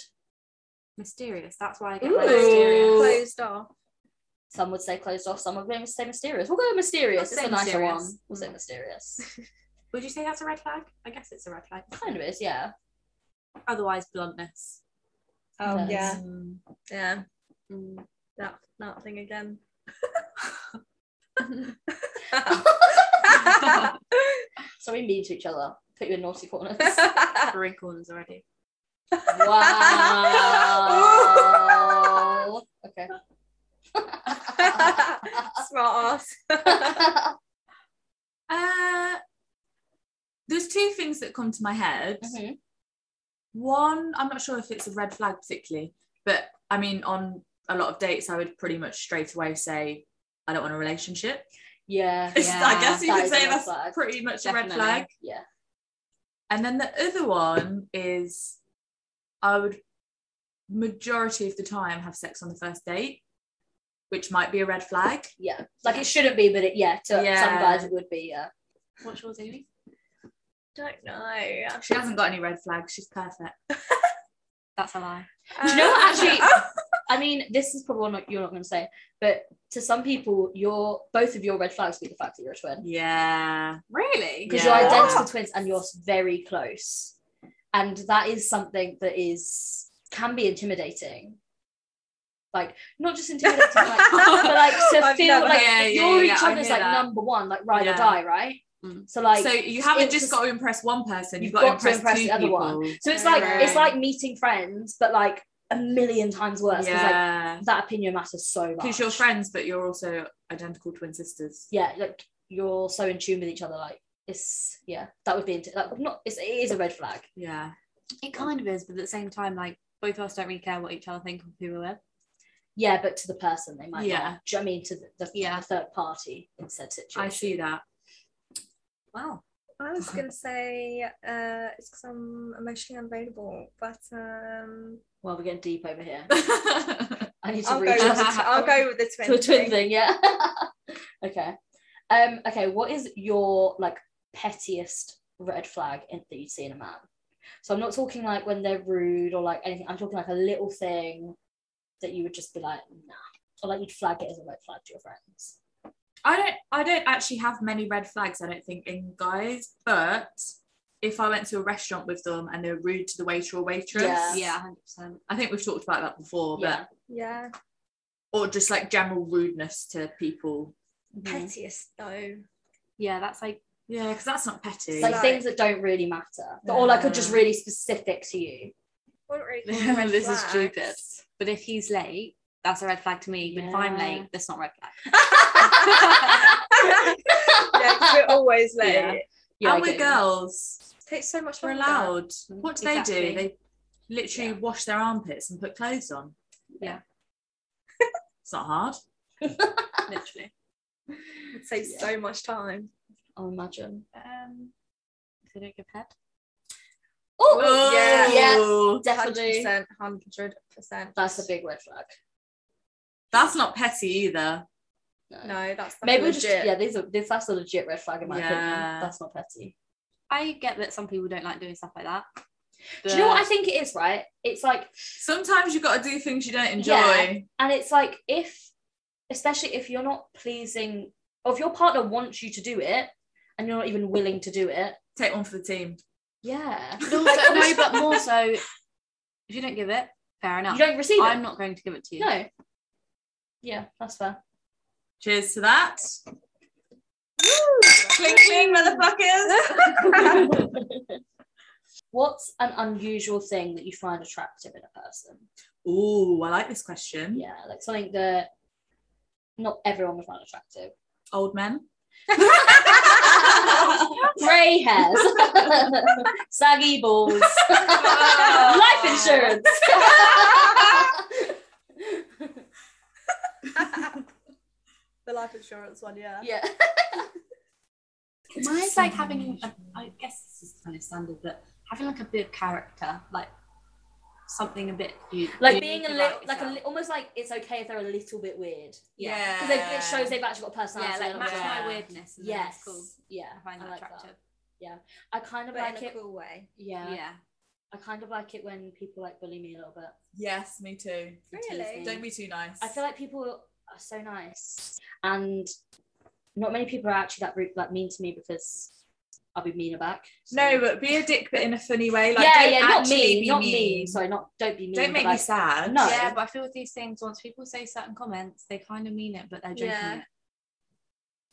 [SPEAKER 4] Mysterious. That's why I get like,
[SPEAKER 2] Ooh.
[SPEAKER 4] mysterious.
[SPEAKER 3] Closed off.
[SPEAKER 2] Some would say closed off. Some would say mysterious. We'll go with mysterious.
[SPEAKER 4] I'll
[SPEAKER 2] It's
[SPEAKER 4] say
[SPEAKER 2] a nicer
[SPEAKER 4] mysterious. Mm.
[SPEAKER 2] one. We'll say mysterious.
[SPEAKER 4] Would you say that's a red flag? I guess it's a red flag.
[SPEAKER 2] kind of is. Yeah.
[SPEAKER 4] Otherwise, bluntness.
[SPEAKER 3] Oh
[SPEAKER 2] Yes.
[SPEAKER 3] yeah,
[SPEAKER 1] Mm.
[SPEAKER 3] yeah.
[SPEAKER 4] Mm.
[SPEAKER 3] That that thing again. [LAUGHS]
[SPEAKER 2] So we mean to each other. Put you in naughty
[SPEAKER 4] [LAUGHS]
[SPEAKER 2] corners.
[SPEAKER 4] We're in corners already.
[SPEAKER 2] wow.
[SPEAKER 4] [LAUGHS]
[SPEAKER 2] okay. [LAUGHS]
[SPEAKER 3] Smart ass. [LAUGHS]
[SPEAKER 2] Mm-hmm.
[SPEAKER 1] Uh, there's two things that come to my head.
[SPEAKER 2] Mhm.
[SPEAKER 1] One, I'm not sure if it's a red flag particularly, but I mean, on a lot of dates, I would pretty much straight away say, I don't want a relationship. [LAUGHS]
[SPEAKER 2] Yeah.
[SPEAKER 1] I guess you
[SPEAKER 2] that
[SPEAKER 1] could
[SPEAKER 2] is a
[SPEAKER 1] say
[SPEAKER 2] red
[SPEAKER 1] that's
[SPEAKER 2] flag.
[SPEAKER 1] pretty much a red
[SPEAKER 4] Definitely.
[SPEAKER 1] flag.
[SPEAKER 2] Yeah.
[SPEAKER 1] And then the other one is I would majority of the time have sex on the first date, which might be a red flag.
[SPEAKER 2] yeah like it shouldn't be but it yeah to
[SPEAKER 1] Yeah.
[SPEAKER 2] some guys it would be yeah
[SPEAKER 4] What's yours, Amy?
[SPEAKER 3] Don't know.
[SPEAKER 1] She hasn't got any red flags. She's perfect.
[SPEAKER 4] That's a lie.
[SPEAKER 2] Do you know
[SPEAKER 1] [LAUGHS]
[SPEAKER 2] what, actually- I mean, this is probably one not, you're not going to say, but to some people, your both of your red flags would be the fact that you're a twin
[SPEAKER 4] Yeah.
[SPEAKER 1] Really?
[SPEAKER 2] because
[SPEAKER 4] Yeah.
[SPEAKER 2] you're identical twins and you're very close, and that is something that is can be intimidating. Like not just intimidating, but
[SPEAKER 1] [LAUGHS]
[SPEAKER 2] like,
[SPEAKER 3] [LAUGHS]
[SPEAKER 2] but like to
[SPEAKER 3] I've
[SPEAKER 2] feel
[SPEAKER 3] never-
[SPEAKER 2] like
[SPEAKER 1] Yeah, yeah,
[SPEAKER 2] you're
[SPEAKER 1] yeah,
[SPEAKER 2] each
[SPEAKER 1] I
[SPEAKER 2] other's
[SPEAKER 1] hear
[SPEAKER 2] like
[SPEAKER 1] that.
[SPEAKER 2] number one, like ride
[SPEAKER 1] Yeah.
[SPEAKER 2] or die, right?
[SPEAKER 4] Mm.
[SPEAKER 2] So like
[SPEAKER 1] so you haven't
[SPEAKER 2] it's
[SPEAKER 1] just
[SPEAKER 2] just-
[SPEAKER 1] got to impress one person. You've,
[SPEAKER 2] You've
[SPEAKER 1] got,
[SPEAKER 2] got to
[SPEAKER 1] to impress,
[SPEAKER 2] impress
[SPEAKER 1] two
[SPEAKER 2] the other
[SPEAKER 1] people.
[SPEAKER 2] one. So it's like it's
[SPEAKER 3] Yeah.
[SPEAKER 2] like meeting friends, but like a million times worse. 'cause, like,
[SPEAKER 1] Yeah.
[SPEAKER 2] that opinion matters so much.
[SPEAKER 1] Because you're friends, but you're also identical twin sisters.
[SPEAKER 2] Yeah, like you're so in tune with each other. Like it's yeah, that would be int- like not. It's, it is a red flag.
[SPEAKER 1] Yeah.
[SPEAKER 4] It kind of is, but at the same time, like both of us don't really care what each other think of who we're with.
[SPEAKER 2] Yeah, but to the person they might.
[SPEAKER 1] Yeah.
[SPEAKER 2] Yeah. Not. Do you know what I mean to the, the,
[SPEAKER 4] Yeah.
[SPEAKER 2] the third party in said situation?
[SPEAKER 1] I see that. [LAUGHS]
[SPEAKER 4] Wow.
[SPEAKER 3] I was gonna say uh, it's because I'm emotionally unavailable, but um,
[SPEAKER 2] Well, we're getting deep over here. [LAUGHS]
[SPEAKER 1] I
[SPEAKER 2] I need to
[SPEAKER 3] I'll go.
[SPEAKER 2] reach
[SPEAKER 3] With the
[SPEAKER 2] out
[SPEAKER 3] tw- [LAUGHS] I'll go with the
[SPEAKER 2] [LAUGHS]
[SPEAKER 3] twin.
[SPEAKER 2] to a twin
[SPEAKER 3] thing.
[SPEAKER 2] thing. Yeah. [LAUGHS] okay. Um. Okay. What is your like pettiest red flag in, that you see in a man? So I'm not talking like when they're rude or like anything. I'm talking like a little thing that you would just be like, nah, or like you'd flag it as a red flag to your friends.
[SPEAKER 1] don't I don't actually have many red flags, I don't think, in guys, but if I went to a restaurant with them and they're rude to the waiter or waitress,
[SPEAKER 2] Yeah.
[SPEAKER 4] Yeah, hundred percent.
[SPEAKER 1] I think we've talked about that before, but
[SPEAKER 2] Yeah.
[SPEAKER 3] Yeah,
[SPEAKER 1] or just like general rudeness to people.
[SPEAKER 2] Mm. Mm-hmm.
[SPEAKER 3] pettiest though.
[SPEAKER 4] Yeah, that's like
[SPEAKER 1] Yeah, because that's not petty.
[SPEAKER 2] It's like,
[SPEAKER 3] Like-
[SPEAKER 2] things that don't really matter, or like are just
[SPEAKER 1] Yeah.
[SPEAKER 2] really specific to you.
[SPEAKER 3] Wouldn't
[SPEAKER 2] [LAUGHS]
[SPEAKER 3] really call them red
[SPEAKER 4] [LAUGHS] this is stupid.
[SPEAKER 3] flags.
[SPEAKER 4] But if he's late, that's a red flag to me. But if I'm
[SPEAKER 2] Yeah.
[SPEAKER 4] late, that's not a red flag.
[SPEAKER 3] [LAUGHS] yeah, 'cause we're always late.
[SPEAKER 4] Yeah.
[SPEAKER 2] Yeah, I
[SPEAKER 1] and we're
[SPEAKER 2] get you.
[SPEAKER 1] girls.
[SPEAKER 3] Takes so much
[SPEAKER 1] We're
[SPEAKER 3] longer.
[SPEAKER 1] allowed. What do they do?
[SPEAKER 4] Exactly.
[SPEAKER 1] They literally
[SPEAKER 2] Mm, Yeah.
[SPEAKER 1] wash their armpits and put clothes on.
[SPEAKER 4] Yeah.
[SPEAKER 1] [LAUGHS] it's not hard.
[SPEAKER 4] Literally.
[SPEAKER 3] It saves
[SPEAKER 2] Yeah.
[SPEAKER 3] so much time.
[SPEAKER 2] I'll Oh, imagine.
[SPEAKER 4] Um, if they don't give head.
[SPEAKER 2] Oh,
[SPEAKER 3] yeah.
[SPEAKER 1] Oh,
[SPEAKER 2] definitely.
[SPEAKER 3] hundred percent.
[SPEAKER 2] That's a big red flag.
[SPEAKER 1] That's not petty either.
[SPEAKER 2] No.
[SPEAKER 3] No, that's
[SPEAKER 2] Maybe we'll
[SPEAKER 3] legit.
[SPEAKER 2] just yeah. [LAUGHS] These are this. That's a legit red flag in my
[SPEAKER 1] Yeah.
[SPEAKER 2] opinion. That's not petty.
[SPEAKER 4] I get that some people don't like doing stuff like that.
[SPEAKER 2] Do you know what I
[SPEAKER 4] But
[SPEAKER 2] think it is? Right? It's like
[SPEAKER 1] Sometimes you got to do things you don't enjoy.
[SPEAKER 2] Yeah. and it's like if especially if you're not pleasing or if your partner wants you to do it and you're not even willing to do it
[SPEAKER 1] Take one for the team.
[SPEAKER 2] yeah
[SPEAKER 4] [LAUGHS] but also, [LAUGHS]
[SPEAKER 2] [LAUGHS]
[SPEAKER 4] no, but more so, if you don't give it, fair enough.
[SPEAKER 2] you don't receive
[SPEAKER 4] I'm
[SPEAKER 2] it
[SPEAKER 4] not going to give it to you.
[SPEAKER 2] no yeah that's fair
[SPEAKER 1] Cheers to that. Cling, cling, motherfuckers.
[SPEAKER 2] what's an unusual thing that you find attractive in a person
[SPEAKER 1] Ooh, I like this
[SPEAKER 4] Mm.
[SPEAKER 1] question.
[SPEAKER 2] yeah like something that not everyone would find attractive
[SPEAKER 1] Old men.
[SPEAKER 2] grey
[SPEAKER 4] [LAUGHS]
[SPEAKER 2] hairs [LAUGHS] saggy balls
[SPEAKER 4] Ah.
[SPEAKER 2] life
[SPEAKER 4] [LAUGHS]
[SPEAKER 2] insurance
[SPEAKER 3] [LAUGHS] the life insurance one, yeah.
[SPEAKER 2] yeah
[SPEAKER 4] Mine's like having, a, I guess this is kind of standard, but having like a bit of character, like something a bit you,
[SPEAKER 2] like
[SPEAKER 4] unique
[SPEAKER 2] being a
[SPEAKER 4] about
[SPEAKER 2] little like a,
[SPEAKER 4] yourself.
[SPEAKER 2] li- almost like it's okay if they're a little bit weird
[SPEAKER 1] Yeah.
[SPEAKER 2] because it shows they've actually got a personality
[SPEAKER 4] yeah, like
[SPEAKER 2] and
[SPEAKER 4] match
[SPEAKER 2] all
[SPEAKER 1] Yeah.
[SPEAKER 2] that.
[SPEAKER 4] my weirdness. And yes,
[SPEAKER 2] yes
[SPEAKER 4] cool.
[SPEAKER 2] yeah
[SPEAKER 4] I find that
[SPEAKER 2] like
[SPEAKER 4] attractive.
[SPEAKER 2] i kind of
[SPEAKER 3] But
[SPEAKER 2] like
[SPEAKER 3] in a
[SPEAKER 2] it
[SPEAKER 3] cool way.
[SPEAKER 2] yeah,
[SPEAKER 4] yeah.
[SPEAKER 2] i kind of like it when people like bully me a little bit
[SPEAKER 1] Yes, me too.
[SPEAKER 2] and
[SPEAKER 3] Really?
[SPEAKER 2] tease me.
[SPEAKER 1] Don't be too nice.
[SPEAKER 2] i feel like people are so nice and not many people are actually that rude like mean to me because i'll be meaner back so-
[SPEAKER 1] no, but be a dick, but in a funny way. Like,
[SPEAKER 2] yeah
[SPEAKER 1] don't
[SPEAKER 2] yeah not
[SPEAKER 1] actually
[SPEAKER 2] mean
[SPEAKER 1] be
[SPEAKER 2] not mean.
[SPEAKER 1] mean.
[SPEAKER 2] sorry not don't be mean
[SPEAKER 1] Don't
[SPEAKER 2] but,
[SPEAKER 1] make me
[SPEAKER 2] like,
[SPEAKER 1] sad.
[SPEAKER 2] No.
[SPEAKER 4] Yeah, but I feel with these things, once people say certain comments, they kind of mean it, but they're joking.
[SPEAKER 3] Yeah.
[SPEAKER 4] it.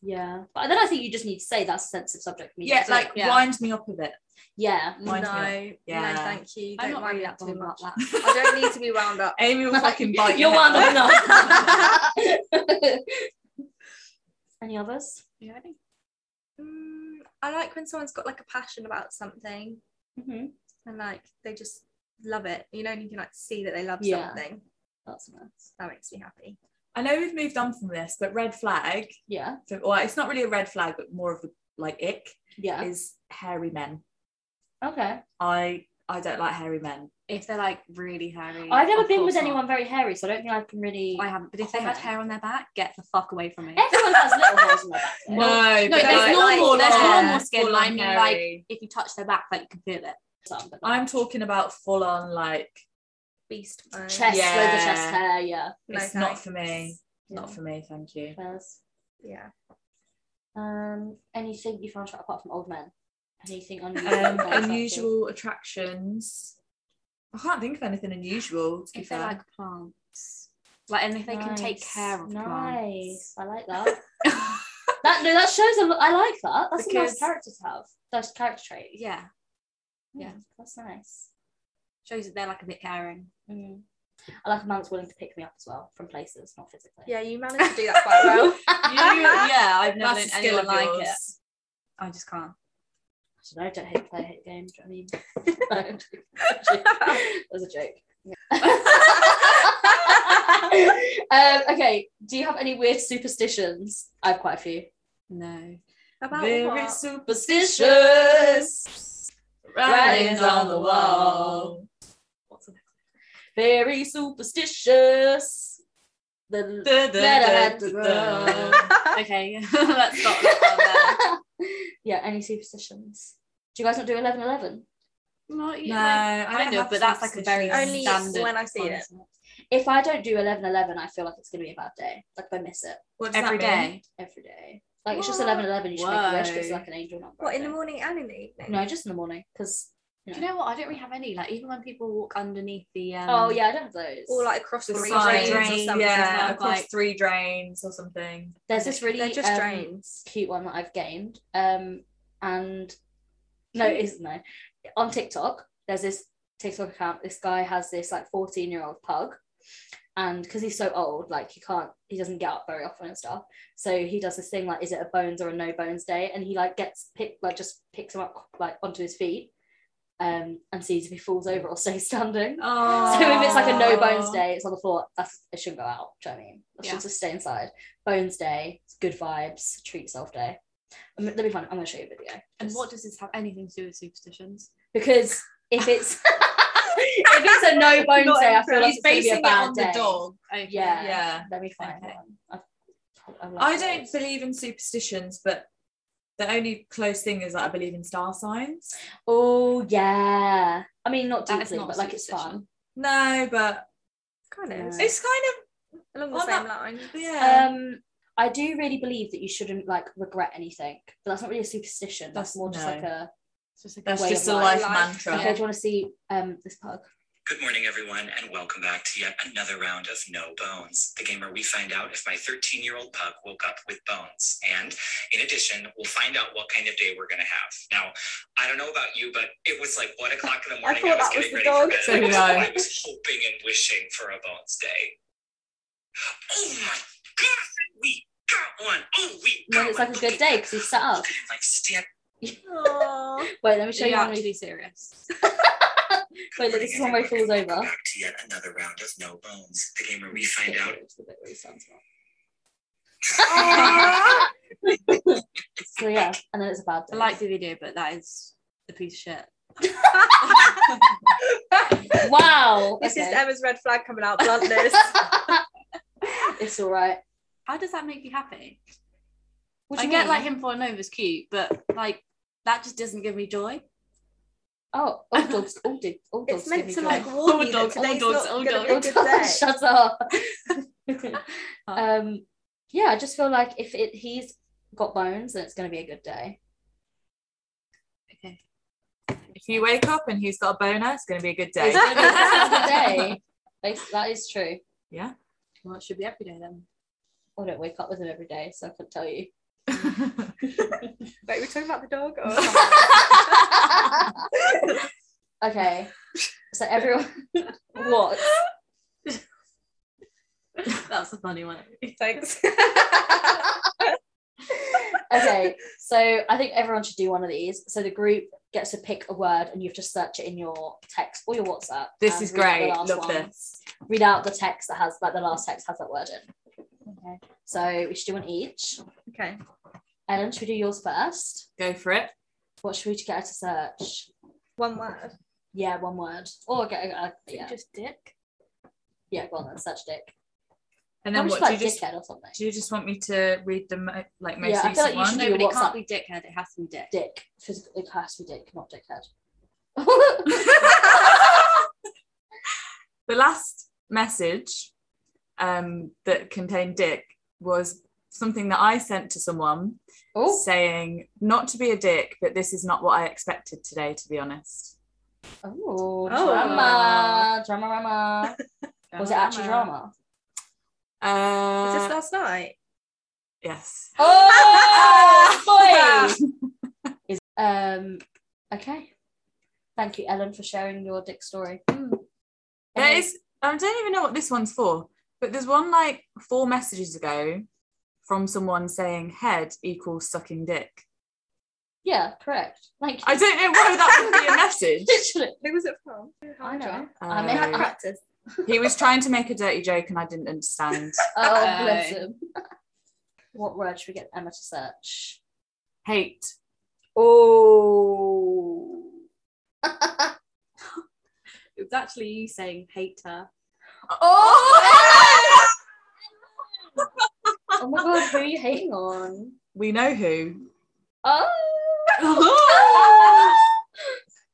[SPEAKER 2] yeah but then i think you just need to say that's a sensitive subject for me to
[SPEAKER 1] Yeah,
[SPEAKER 2] do.
[SPEAKER 1] like
[SPEAKER 4] Yeah.
[SPEAKER 1] wind me up a bit.
[SPEAKER 2] yeah
[SPEAKER 3] No,
[SPEAKER 1] Wind me up. Yeah.
[SPEAKER 3] no, thank you. Don't
[SPEAKER 4] I'm not
[SPEAKER 3] worry
[SPEAKER 4] really that bothered about
[SPEAKER 3] much.
[SPEAKER 4] that.
[SPEAKER 3] I don't need to be wound [LAUGHS] up.
[SPEAKER 1] Amy
[SPEAKER 2] [LAUGHS]
[SPEAKER 1] will fucking bite
[SPEAKER 2] You're
[SPEAKER 1] your
[SPEAKER 2] wound
[SPEAKER 1] head off.
[SPEAKER 2] up
[SPEAKER 4] [LAUGHS]
[SPEAKER 2] enough. Any others?
[SPEAKER 4] You ready?
[SPEAKER 3] Mm, I like when someone's got like a passion about something
[SPEAKER 2] Mm-hmm.
[SPEAKER 3] and like they just love it, you know, and you can like see that they love
[SPEAKER 2] Yeah.
[SPEAKER 3] something.
[SPEAKER 2] That's nice.
[SPEAKER 3] That makes me happy.
[SPEAKER 1] I know we've moved on from this, but red flag.
[SPEAKER 2] Yeah,
[SPEAKER 1] So, well, it's not really a red flag, but more of a like ick
[SPEAKER 2] yeah.
[SPEAKER 1] is hairy men.
[SPEAKER 2] Okay.
[SPEAKER 1] I I don't like hairy men.
[SPEAKER 4] If they're like really hairy,
[SPEAKER 2] I've never
[SPEAKER 4] Mm, of
[SPEAKER 2] been
[SPEAKER 4] course
[SPEAKER 2] with
[SPEAKER 4] not.
[SPEAKER 2] anyone very hairy, so I don't think I can really.
[SPEAKER 4] I haven't. But if they had
[SPEAKER 2] comment.
[SPEAKER 4] hair on their back, get the fuck away from me.
[SPEAKER 2] Everyone has little holes in their back. though.
[SPEAKER 4] [LAUGHS] no,
[SPEAKER 1] but
[SPEAKER 4] there's
[SPEAKER 1] like-
[SPEAKER 4] normal,
[SPEAKER 1] like
[SPEAKER 4] there's
[SPEAKER 1] hair,
[SPEAKER 4] normal skin.
[SPEAKER 1] full
[SPEAKER 4] I
[SPEAKER 1] on
[SPEAKER 4] mean,
[SPEAKER 1] hairy.
[SPEAKER 4] If you touch their back, like you can feel it.
[SPEAKER 2] Some, but not.
[SPEAKER 1] I'm talking about full on like
[SPEAKER 3] Beast mode.
[SPEAKER 2] chest,
[SPEAKER 1] Yeah.
[SPEAKER 2] over chest hair, yeah.
[SPEAKER 3] Um, No
[SPEAKER 1] it's not
[SPEAKER 3] thanks.
[SPEAKER 1] for me. Not
[SPEAKER 2] Yeah.
[SPEAKER 1] for me, thank
[SPEAKER 2] [LAUGHS]
[SPEAKER 1] you.
[SPEAKER 2] Fairs.
[SPEAKER 3] Yeah.
[SPEAKER 2] Um, anything you found attractive apart from old men? Anything unusual?
[SPEAKER 1] Um,
[SPEAKER 2] you found
[SPEAKER 1] unusual attractions. I can't think of anything unusual. To be
[SPEAKER 4] if they
[SPEAKER 1] fair, [LAUGHS]
[SPEAKER 4] like plants, like and if they
[SPEAKER 2] attractive?
[SPEAKER 4] can take
[SPEAKER 2] Nice,
[SPEAKER 4] care of
[SPEAKER 2] Nice.
[SPEAKER 4] plants.
[SPEAKER 2] I like that. that no, that shows a lo- I like that. That's a nice
[SPEAKER 4] Because-
[SPEAKER 2] character to have. That's a character trait.
[SPEAKER 4] yeah,
[SPEAKER 2] Mm,
[SPEAKER 4] yeah.
[SPEAKER 2] That's nice.
[SPEAKER 4] shows that they're like a bit caring.
[SPEAKER 2] Mm. I like a man that's willing to pick me up as well from places, not physically. [LAUGHS]
[SPEAKER 3] Yeah, you managed to do that [LAUGHS] quite well.
[SPEAKER 4] yeah, I've never known
[SPEAKER 1] that's a skill of
[SPEAKER 4] anyone like it.
[SPEAKER 1] yours.
[SPEAKER 4] I just can't.
[SPEAKER 2] I don't hate play, I hate the game. Do you know what I mean? [LAUGHS] that was a joke. [LAUGHS] um, okay, do you have any weird superstitions? I have quite a few.
[SPEAKER 4] [LAUGHS] No.
[SPEAKER 3] About
[SPEAKER 1] Very
[SPEAKER 3] what? [LAUGHS]
[SPEAKER 1] superstitious. Writings on the wall.
[SPEAKER 2] What's the next one? Very superstitious. The,
[SPEAKER 1] Da, da,
[SPEAKER 2] Letterhead
[SPEAKER 1] da,
[SPEAKER 2] to
[SPEAKER 1] da,
[SPEAKER 2] grow.
[SPEAKER 1] da.
[SPEAKER 4] okay, [LAUGHS] let's stop that
[SPEAKER 2] yeah, any superstitions? Do you guys not do 11 11?
[SPEAKER 4] one there. Not
[SPEAKER 1] No, I
[SPEAKER 4] kind
[SPEAKER 1] don't
[SPEAKER 4] of,
[SPEAKER 1] have
[SPEAKER 4] but that's like a very
[SPEAKER 3] Only
[SPEAKER 1] superstitions.
[SPEAKER 4] standard.
[SPEAKER 3] when I see
[SPEAKER 4] one,
[SPEAKER 3] it.
[SPEAKER 4] isn't
[SPEAKER 2] If I don't do 11 11, I feel like it's going to be a bad day. Like if I miss it
[SPEAKER 1] What does
[SPEAKER 4] Every
[SPEAKER 1] that mean?
[SPEAKER 4] day.
[SPEAKER 2] every day. Like it's just
[SPEAKER 3] What?
[SPEAKER 2] 11 11, you should make a wish 'cause it's
[SPEAKER 4] Whoa.
[SPEAKER 2] like an angel number. I
[SPEAKER 3] What in the
[SPEAKER 2] think.
[SPEAKER 3] morning and in the evening?
[SPEAKER 2] No, just in the morning because.
[SPEAKER 4] Do you know what? I don't really have any. Like even when people walk underneath the um,
[SPEAKER 2] oh yeah, I don't have those.
[SPEAKER 3] Or like across the,
[SPEAKER 4] The
[SPEAKER 3] three
[SPEAKER 4] side
[SPEAKER 3] drains or
[SPEAKER 4] drain,
[SPEAKER 3] something.
[SPEAKER 1] yeah,
[SPEAKER 4] like-
[SPEAKER 1] across three drains or something.
[SPEAKER 2] there's this really
[SPEAKER 3] They're just
[SPEAKER 2] um,
[SPEAKER 3] drains.
[SPEAKER 2] cute one that I've gained. Um, and no, it isn't though. On TikTok, there's this TikTok account. This guy has this like 14 year old pug, and because he's so old, like he can't, he doesn't get up very often and stuff. So he does this thing like, is it a bones or a no bones day? And he like gets picked, like just picks him up like onto his feet, um, and sees if he falls over or stays [LAUGHS] standing.
[SPEAKER 1] Oh.
[SPEAKER 2] [LAUGHS] So if it's like a no bones day, it's on the floor. That's it shouldn't go out. Do you know what I mean? It
[SPEAKER 4] Yeah.
[SPEAKER 2] should just stay inside. Bones day, it's good vibes, treat yourself day. Um, let me find. I'm gonna show you a video.
[SPEAKER 4] And
[SPEAKER 2] Just-
[SPEAKER 4] what does this have anything to do with superstitions?
[SPEAKER 2] Because if it's [LAUGHS] if it's
[SPEAKER 1] [LAUGHS]
[SPEAKER 2] a no bones day, I feel like
[SPEAKER 1] He's
[SPEAKER 2] it's gonna be
[SPEAKER 1] basing
[SPEAKER 2] a
[SPEAKER 1] it
[SPEAKER 2] bad
[SPEAKER 1] on
[SPEAKER 2] day.
[SPEAKER 1] the dog.
[SPEAKER 4] Okay.
[SPEAKER 2] Yeah.
[SPEAKER 1] Yeah.
[SPEAKER 2] Let me find
[SPEAKER 1] Okay.
[SPEAKER 2] one. I've, I've lost
[SPEAKER 1] I don't
[SPEAKER 2] those.
[SPEAKER 1] believe in superstitions, but the only close thing is that I believe in star signs.
[SPEAKER 2] Oh yeah. I mean, not
[SPEAKER 4] That is
[SPEAKER 2] deeply,
[SPEAKER 4] not
[SPEAKER 2] but like it's fun.
[SPEAKER 4] superstition.
[SPEAKER 1] No, but
[SPEAKER 3] Kind
[SPEAKER 2] Yeah.
[SPEAKER 3] of.
[SPEAKER 1] it's kind
[SPEAKER 3] Along the
[SPEAKER 1] on
[SPEAKER 3] same
[SPEAKER 1] that-
[SPEAKER 3] line.
[SPEAKER 1] of
[SPEAKER 3] [LAUGHS]
[SPEAKER 1] yeah.
[SPEAKER 2] Um, I do really believe that you shouldn't like regret anything, but that's not really a superstition. That's,
[SPEAKER 1] That's-
[SPEAKER 2] more just
[SPEAKER 1] no.
[SPEAKER 2] like a
[SPEAKER 4] It's just like
[SPEAKER 1] That's
[SPEAKER 2] Uh, way
[SPEAKER 1] just
[SPEAKER 2] of
[SPEAKER 1] a
[SPEAKER 2] life.
[SPEAKER 1] life,
[SPEAKER 3] Life.
[SPEAKER 1] mantra.
[SPEAKER 2] Okay, do you want to see um this pug?
[SPEAKER 5] Good morning, everyone, and welcome back to yet another round of No Bones, the game where we find out if my 13 year old pup woke up with bones. And in addition, we'll find out what kind of day we're going to have. Now, I don't know about you, but it was like one o'clock in the morning. I,
[SPEAKER 3] thought
[SPEAKER 5] was
[SPEAKER 3] that was
[SPEAKER 5] getting
[SPEAKER 3] the
[SPEAKER 5] ready
[SPEAKER 3] dog.
[SPEAKER 5] for bed.
[SPEAKER 1] So
[SPEAKER 5] I,
[SPEAKER 1] did
[SPEAKER 2] [LAUGHS]
[SPEAKER 5] was,
[SPEAKER 1] I.
[SPEAKER 5] I was hoping and wishing for a bones day. Oh my God, we got one. Oh, we
[SPEAKER 2] And
[SPEAKER 5] got
[SPEAKER 2] then it's like
[SPEAKER 5] one.
[SPEAKER 2] a
[SPEAKER 5] Look
[SPEAKER 2] good
[SPEAKER 5] at
[SPEAKER 2] day
[SPEAKER 5] that.
[SPEAKER 2] because he's sat
[SPEAKER 5] Look
[SPEAKER 2] up.
[SPEAKER 5] at him, like stand
[SPEAKER 3] Aw.
[SPEAKER 2] Wait, let me show
[SPEAKER 4] Are
[SPEAKER 2] you
[SPEAKER 4] you
[SPEAKER 2] one. where-
[SPEAKER 4] actually serious?
[SPEAKER 2] Wait, look, this is one where he falls
[SPEAKER 5] Welcome
[SPEAKER 2] over.
[SPEAKER 5] Back to yet another round of No Bones, the game where we find out
[SPEAKER 2] It's the bit where he stands up.
[SPEAKER 1] [LAUGHS] Ah.
[SPEAKER 2] So yeah, and then it's a bad
[SPEAKER 4] I
[SPEAKER 2] day. [LAUGHS]
[SPEAKER 4] like the video, but that is a piece of shit.
[SPEAKER 2] wow.
[SPEAKER 3] This is
[SPEAKER 2] okay.
[SPEAKER 3] Emma's red flag coming out bluntness.
[SPEAKER 2] [LAUGHS] it's all right.
[SPEAKER 4] How does that make you happy?
[SPEAKER 2] What do
[SPEAKER 4] I
[SPEAKER 2] you
[SPEAKER 4] get
[SPEAKER 2] mean?
[SPEAKER 4] like him falling over is cute, but like that just doesn't give me joy.
[SPEAKER 2] Oh, all dogs, all dogs, all dogs.
[SPEAKER 3] it's meant
[SPEAKER 2] give
[SPEAKER 3] to
[SPEAKER 2] me Oh,
[SPEAKER 3] like
[SPEAKER 2] joy.
[SPEAKER 3] warn
[SPEAKER 4] Old
[SPEAKER 3] you that
[SPEAKER 4] dogs, old
[SPEAKER 3] today's
[SPEAKER 4] dogs,
[SPEAKER 3] not gonna
[SPEAKER 4] old
[SPEAKER 3] be a
[SPEAKER 2] All
[SPEAKER 3] good
[SPEAKER 2] dogs, [LAUGHS]
[SPEAKER 3] day.
[SPEAKER 2] shut up. [LAUGHS]
[SPEAKER 3] [LAUGHS]
[SPEAKER 2] um, yeah, I just feel like if it he's got bones, then it's gonna be a good day.
[SPEAKER 4] Okay.
[SPEAKER 1] if you wake up and he's got a boner, it's going to be a good day.
[SPEAKER 2] It's gonna
[SPEAKER 1] [LAUGHS]
[SPEAKER 2] be a good
[SPEAKER 3] [LAUGHS]
[SPEAKER 2] day. Like, That is true.
[SPEAKER 1] yeah.
[SPEAKER 4] Well, it should be every day then. [LAUGHS]
[SPEAKER 2] I don't wake up with him every day, so I couldn't tell you.
[SPEAKER 3] Wait, we're talking about the dog [LAUGHS] or
[SPEAKER 1] [LAUGHS]
[SPEAKER 2] okay. So everyone [LAUGHS] what?
[SPEAKER 4] That's a
[SPEAKER 2] [LAUGHS]
[SPEAKER 4] funny one.
[SPEAKER 3] thanks.
[SPEAKER 2] Okay. So I think everyone should do one of these. So the group gets to pick a word and you have to search it in your text or your WhatsApp.
[SPEAKER 1] This
[SPEAKER 2] and
[SPEAKER 1] is
[SPEAKER 2] read out the
[SPEAKER 1] great.
[SPEAKER 2] last
[SPEAKER 1] Love
[SPEAKER 2] one.
[SPEAKER 1] this.
[SPEAKER 2] Read out the text that has like the last text has that word in. Okay. So we should do one each.
[SPEAKER 3] okay.
[SPEAKER 2] Ellen, should we do yours first?
[SPEAKER 1] Go for it.
[SPEAKER 2] What should we get her to search?
[SPEAKER 3] One word.
[SPEAKER 2] Yeah, one word. Or get a, a-
[SPEAKER 3] Is it
[SPEAKER 2] yeah,
[SPEAKER 3] Just dick.
[SPEAKER 2] yeah, go on then, search dick.
[SPEAKER 1] And then
[SPEAKER 2] Probably just
[SPEAKER 1] what
[SPEAKER 2] like
[SPEAKER 1] do you just
[SPEAKER 2] dickhead
[SPEAKER 1] [LAUGHS]
[SPEAKER 2] or something.
[SPEAKER 1] do? You just want me to read the mo- like most
[SPEAKER 2] Yeah, I feel
[SPEAKER 1] recent
[SPEAKER 2] like you
[SPEAKER 1] one?
[SPEAKER 2] should do
[SPEAKER 4] No,
[SPEAKER 2] your
[SPEAKER 4] but it
[SPEAKER 2] WhatsApp.
[SPEAKER 4] can't be dickhead. It has to be dick.
[SPEAKER 2] Dick. Physical, it has to be dick, not
[SPEAKER 1] [LAUGHS]
[SPEAKER 2] dickhead.
[SPEAKER 1] [LAUGHS]
[SPEAKER 2] [LAUGHS]
[SPEAKER 1] the last message um, that contained dick was something that I sent to someone
[SPEAKER 2] oh,
[SPEAKER 1] saying, not to be a dick, but this is not what I expected today, to be honest.
[SPEAKER 2] oh, drama,
[SPEAKER 4] Oh.
[SPEAKER 2] drama, drama. Was it actually drama?
[SPEAKER 1] Uh,
[SPEAKER 3] Was this last night?
[SPEAKER 1] yes.
[SPEAKER 2] Oh boy! Is- um. Okay. Thank you, Ellen, for sharing your dick story. Um,
[SPEAKER 1] There is, I don't even know what this one's for, but there's one like four messages ago from someone saying head equals sucking dick.
[SPEAKER 2] Yeah, correct. Thank you.
[SPEAKER 1] I don't know why that would be a message.
[SPEAKER 2] [LAUGHS] Literally.
[SPEAKER 3] Who was it from?
[SPEAKER 2] I know.
[SPEAKER 1] Uh,
[SPEAKER 2] I mean,
[SPEAKER 3] Had
[SPEAKER 1] Um,
[SPEAKER 3] practice.
[SPEAKER 1] He was trying to make a dirty joke and I didn't understand.
[SPEAKER 2] oh, bless him. [LAUGHS] what word should we get Emma to search?
[SPEAKER 1] Hate.
[SPEAKER 2] Oh.
[SPEAKER 4] It was actually you saying hater.
[SPEAKER 2] oh. oh my god, who are you hating on?
[SPEAKER 1] [LAUGHS] We know who.
[SPEAKER 2] Oh.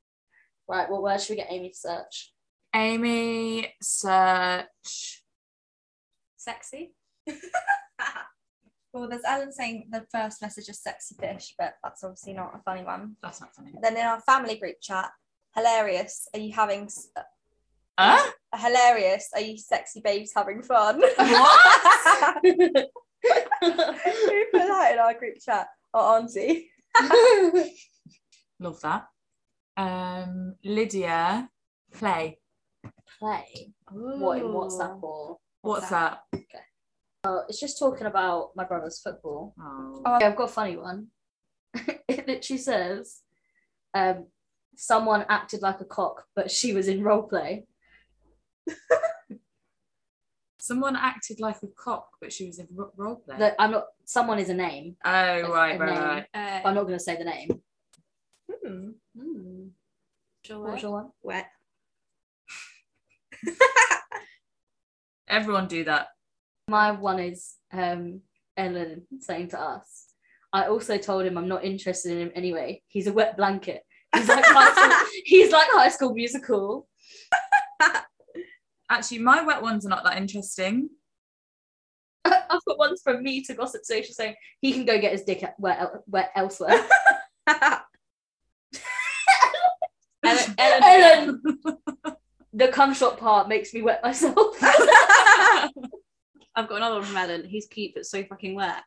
[SPEAKER 2] [LAUGHS] right. What word should we get Amy to search?
[SPEAKER 1] Amy search.
[SPEAKER 4] Sexy.
[SPEAKER 3] Well, there's Ellen saying the first message is sexy fish, but that's obviously not a funny one.
[SPEAKER 1] That's not funny.
[SPEAKER 3] Then in our family group chat, hilarious. Are you having s-
[SPEAKER 1] Huh?
[SPEAKER 3] hilarious? Are you sexy babes having fun?
[SPEAKER 1] What?
[SPEAKER 3] Who put that in our group chat? Our [LAUGHS] auntie.
[SPEAKER 1] Love that. Um, Lydia, play.
[SPEAKER 2] Play. What in WhatsApp for?
[SPEAKER 1] What's up?
[SPEAKER 2] Oh, it's just talking about my brother's football.
[SPEAKER 1] Oh.
[SPEAKER 2] Oh, I've got a funny one. [LAUGHS] it literally says, um, someone acted like a cock, but she was in role play.
[SPEAKER 1] Someone acted like a cock, but she was in ro- role play.
[SPEAKER 2] That I'm not. Someone is a name.
[SPEAKER 1] oh, right, right,
[SPEAKER 2] a name.
[SPEAKER 1] right.
[SPEAKER 2] but I'm not going to say the name.
[SPEAKER 3] Hmm.
[SPEAKER 2] Hmm. What was your one?
[SPEAKER 3] Wet. [LAUGHS]
[SPEAKER 1] Everyone do that.
[SPEAKER 2] My one is um, Ellen saying to us, I also told him I'm not interested in him anyway. He's a wet blanket. He's like high school, [LAUGHS] he's like high school musical.
[SPEAKER 1] Actually, my wet ones are not that interesting. [LAUGHS]
[SPEAKER 2] [LAUGHS] I've got ones from me to Gossip Social saying he can go get his dick wet, el- wet elsewhere.
[SPEAKER 1] Ellen,
[SPEAKER 2] [LAUGHS] Ellen. the cum shot part makes me wet myself. [LAUGHS]
[SPEAKER 4] I've got another one from Ellen. He's cute but so fucking wet.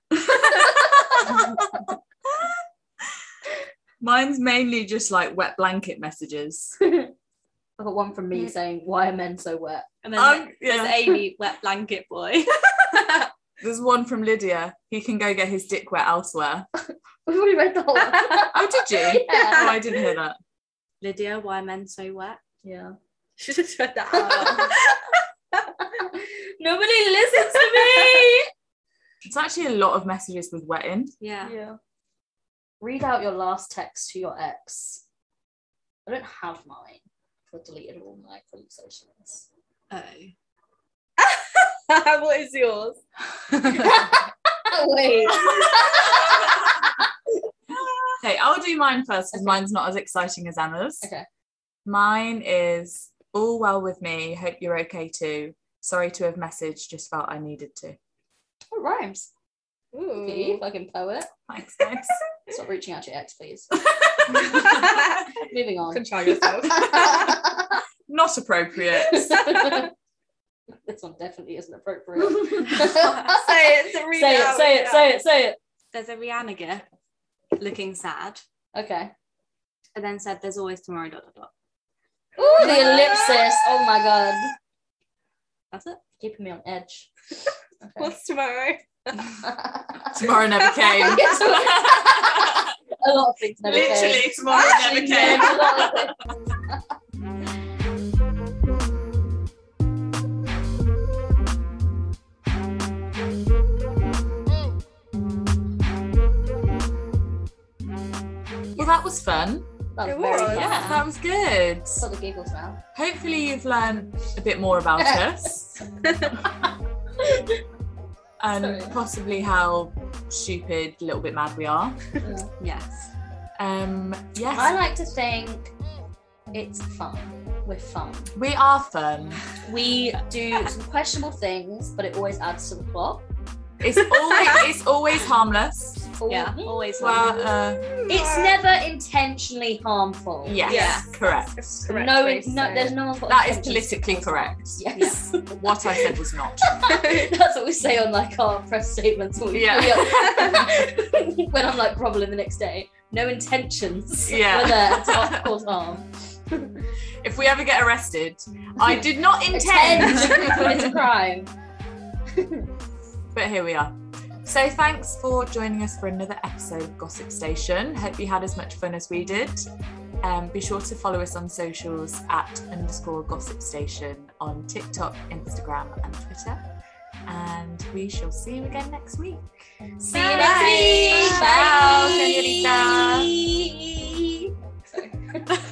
[SPEAKER 1] Mine's mainly just like wet blanket
[SPEAKER 2] [LAUGHS]
[SPEAKER 1] messages.
[SPEAKER 2] I've got one from me saying, Why are men so wet? [LAUGHS]
[SPEAKER 4] And then
[SPEAKER 1] Um,
[SPEAKER 4] there's
[SPEAKER 1] yeah.
[SPEAKER 4] Amy, wet blanket boy.
[SPEAKER 1] There's one from Lydia. He can go get his dick wet elsewhere.
[SPEAKER 2] We've already read the whole one.
[SPEAKER 1] Oh, did you?
[SPEAKER 2] [LAUGHS] Yeah.
[SPEAKER 1] Oh, I didn't hear that.
[SPEAKER 4] Lydia, why are men so wet?
[SPEAKER 2] yeah.
[SPEAKER 3] She just read that
[SPEAKER 2] [LAUGHS] Nobody listens to me.
[SPEAKER 1] It's actually a lot of messages with wet in.
[SPEAKER 2] [LAUGHS]
[SPEAKER 4] Yeah.
[SPEAKER 3] yeah.
[SPEAKER 2] Read out your last text to your ex. I don't have mine. I deleted all my group socials.
[SPEAKER 4] Oh.
[SPEAKER 3] what is yours?
[SPEAKER 2] [LAUGHS] Wait.
[SPEAKER 1] Okay, I'll do mine first because
[SPEAKER 2] Okay.
[SPEAKER 1] mine's not as exciting as Emma's.
[SPEAKER 2] Okay.
[SPEAKER 1] Mine is all well with me. Hope you're okay too. Sorry to have messaged, just felt I needed to.
[SPEAKER 2] It rhymes. [LAUGHS]
[SPEAKER 3] Mm.
[SPEAKER 2] Okay, fucking poet.
[SPEAKER 1] Thanks,
[SPEAKER 2] [LAUGHS]
[SPEAKER 1] guys.
[SPEAKER 2] Stop reaching out to your ex, please. [LAUGHS]
[SPEAKER 3] Ooh.
[SPEAKER 2] Moving on.
[SPEAKER 3] Control yourself.
[SPEAKER 1] not appropriate.
[SPEAKER 2] [LAUGHS] this one definitely isn't [LAUGHS] appropriate. say
[SPEAKER 3] [LAUGHS] say it. So read
[SPEAKER 2] it,
[SPEAKER 3] out,
[SPEAKER 2] say
[SPEAKER 3] read
[SPEAKER 2] it,
[SPEAKER 3] out.
[SPEAKER 2] say it, say it.
[SPEAKER 4] there's a Rihanna gift looking sad.
[SPEAKER 2] Okay.
[SPEAKER 4] And then said there's always tomorrow dot dot dot.
[SPEAKER 2] Ooh, the ellipsis. Oh my god.
[SPEAKER 4] That's it.
[SPEAKER 2] Keeping me on edge. [LAUGHS] Okay.
[SPEAKER 3] What's tomorrow?
[SPEAKER 1] Tomorrow never came.
[SPEAKER 2] a lot of things never came.
[SPEAKER 1] Literally, tomorrow never
[SPEAKER 2] Actually,
[SPEAKER 1] came.
[SPEAKER 2] no, a lot of things.
[SPEAKER 1] Well, that was fun.
[SPEAKER 2] That
[SPEAKER 3] It
[SPEAKER 2] very
[SPEAKER 3] was.
[SPEAKER 2] fun.
[SPEAKER 1] Yeah, that was good.
[SPEAKER 2] Got the giggles now.
[SPEAKER 1] Hopefully, you've learned a bit more [LAUGHS] about us and
[SPEAKER 2] Sorry.
[SPEAKER 1] possibly how stupid, little bit mad we are.
[SPEAKER 2] Yeah.
[SPEAKER 4] Yes.
[SPEAKER 1] Um, yes,
[SPEAKER 2] I like to think it's fun. We're fun.
[SPEAKER 1] we are fun.
[SPEAKER 2] We do some questionable things, but it always adds to the plot.
[SPEAKER 1] It's [LAUGHS] always it's always harmless.
[SPEAKER 2] Or-
[SPEAKER 4] Yeah. Always.
[SPEAKER 1] Well, uh,
[SPEAKER 2] It's never intentionally harmful.
[SPEAKER 1] yes,
[SPEAKER 3] Yes.
[SPEAKER 1] correct.
[SPEAKER 3] That's
[SPEAKER 2] So
[SPEAKER 3] correct,
[SPEAKER 2] no,
[SPEAKER 3] Grace,
[SPEAKER 2] no,
[SPEAKER 3] so-
[SPEAKER 2] there's no one's got
[SPEAKER 1] That is
[SPEAKER 2] intentions
[SPEAKER 1] politically
[SPEAKER 2] to cause harm.
[SPEAKER 1] correct.
[SPEAKER 2] Yes.
[SPEAKER 1] What I said was not.
[SPEAKER 2] [LAUGHS] That's what we say on like our press statements. when we-
[SPEAKER 1] Yeah. [LAUGHS]
[SPEAKER 2] when I'm like groveling the next day, no intentions.
[SPEAKER 1] Yeah.
[SPEAKER 2] Were there to not cause harm.
[SPEAKER 1] If we ever get arrested, I did not
[SPEAKER 2] Intend.
[SPEAKER 1] [LAUGHS]
[SPEAKER 2] it's a
[SPEAKER 1] intend.
[SPEAKER 2] crime.
[SPEAKER 1] but here we are. So thanks for joining us for another episode of Gossip Station. Hope you had as much fun as we did. Um, be sure to follow us on socials at underscore gossip station on TikTok, Instagram, and Twitter. And we shall see you again next week.
[SPEAKER 2] See you next week.
[SPEAKER 1] Ciao,
[SPEAKER 2] Bye.
[SPEAKER 1] senorita.
[SPEAKER 2] Sorry.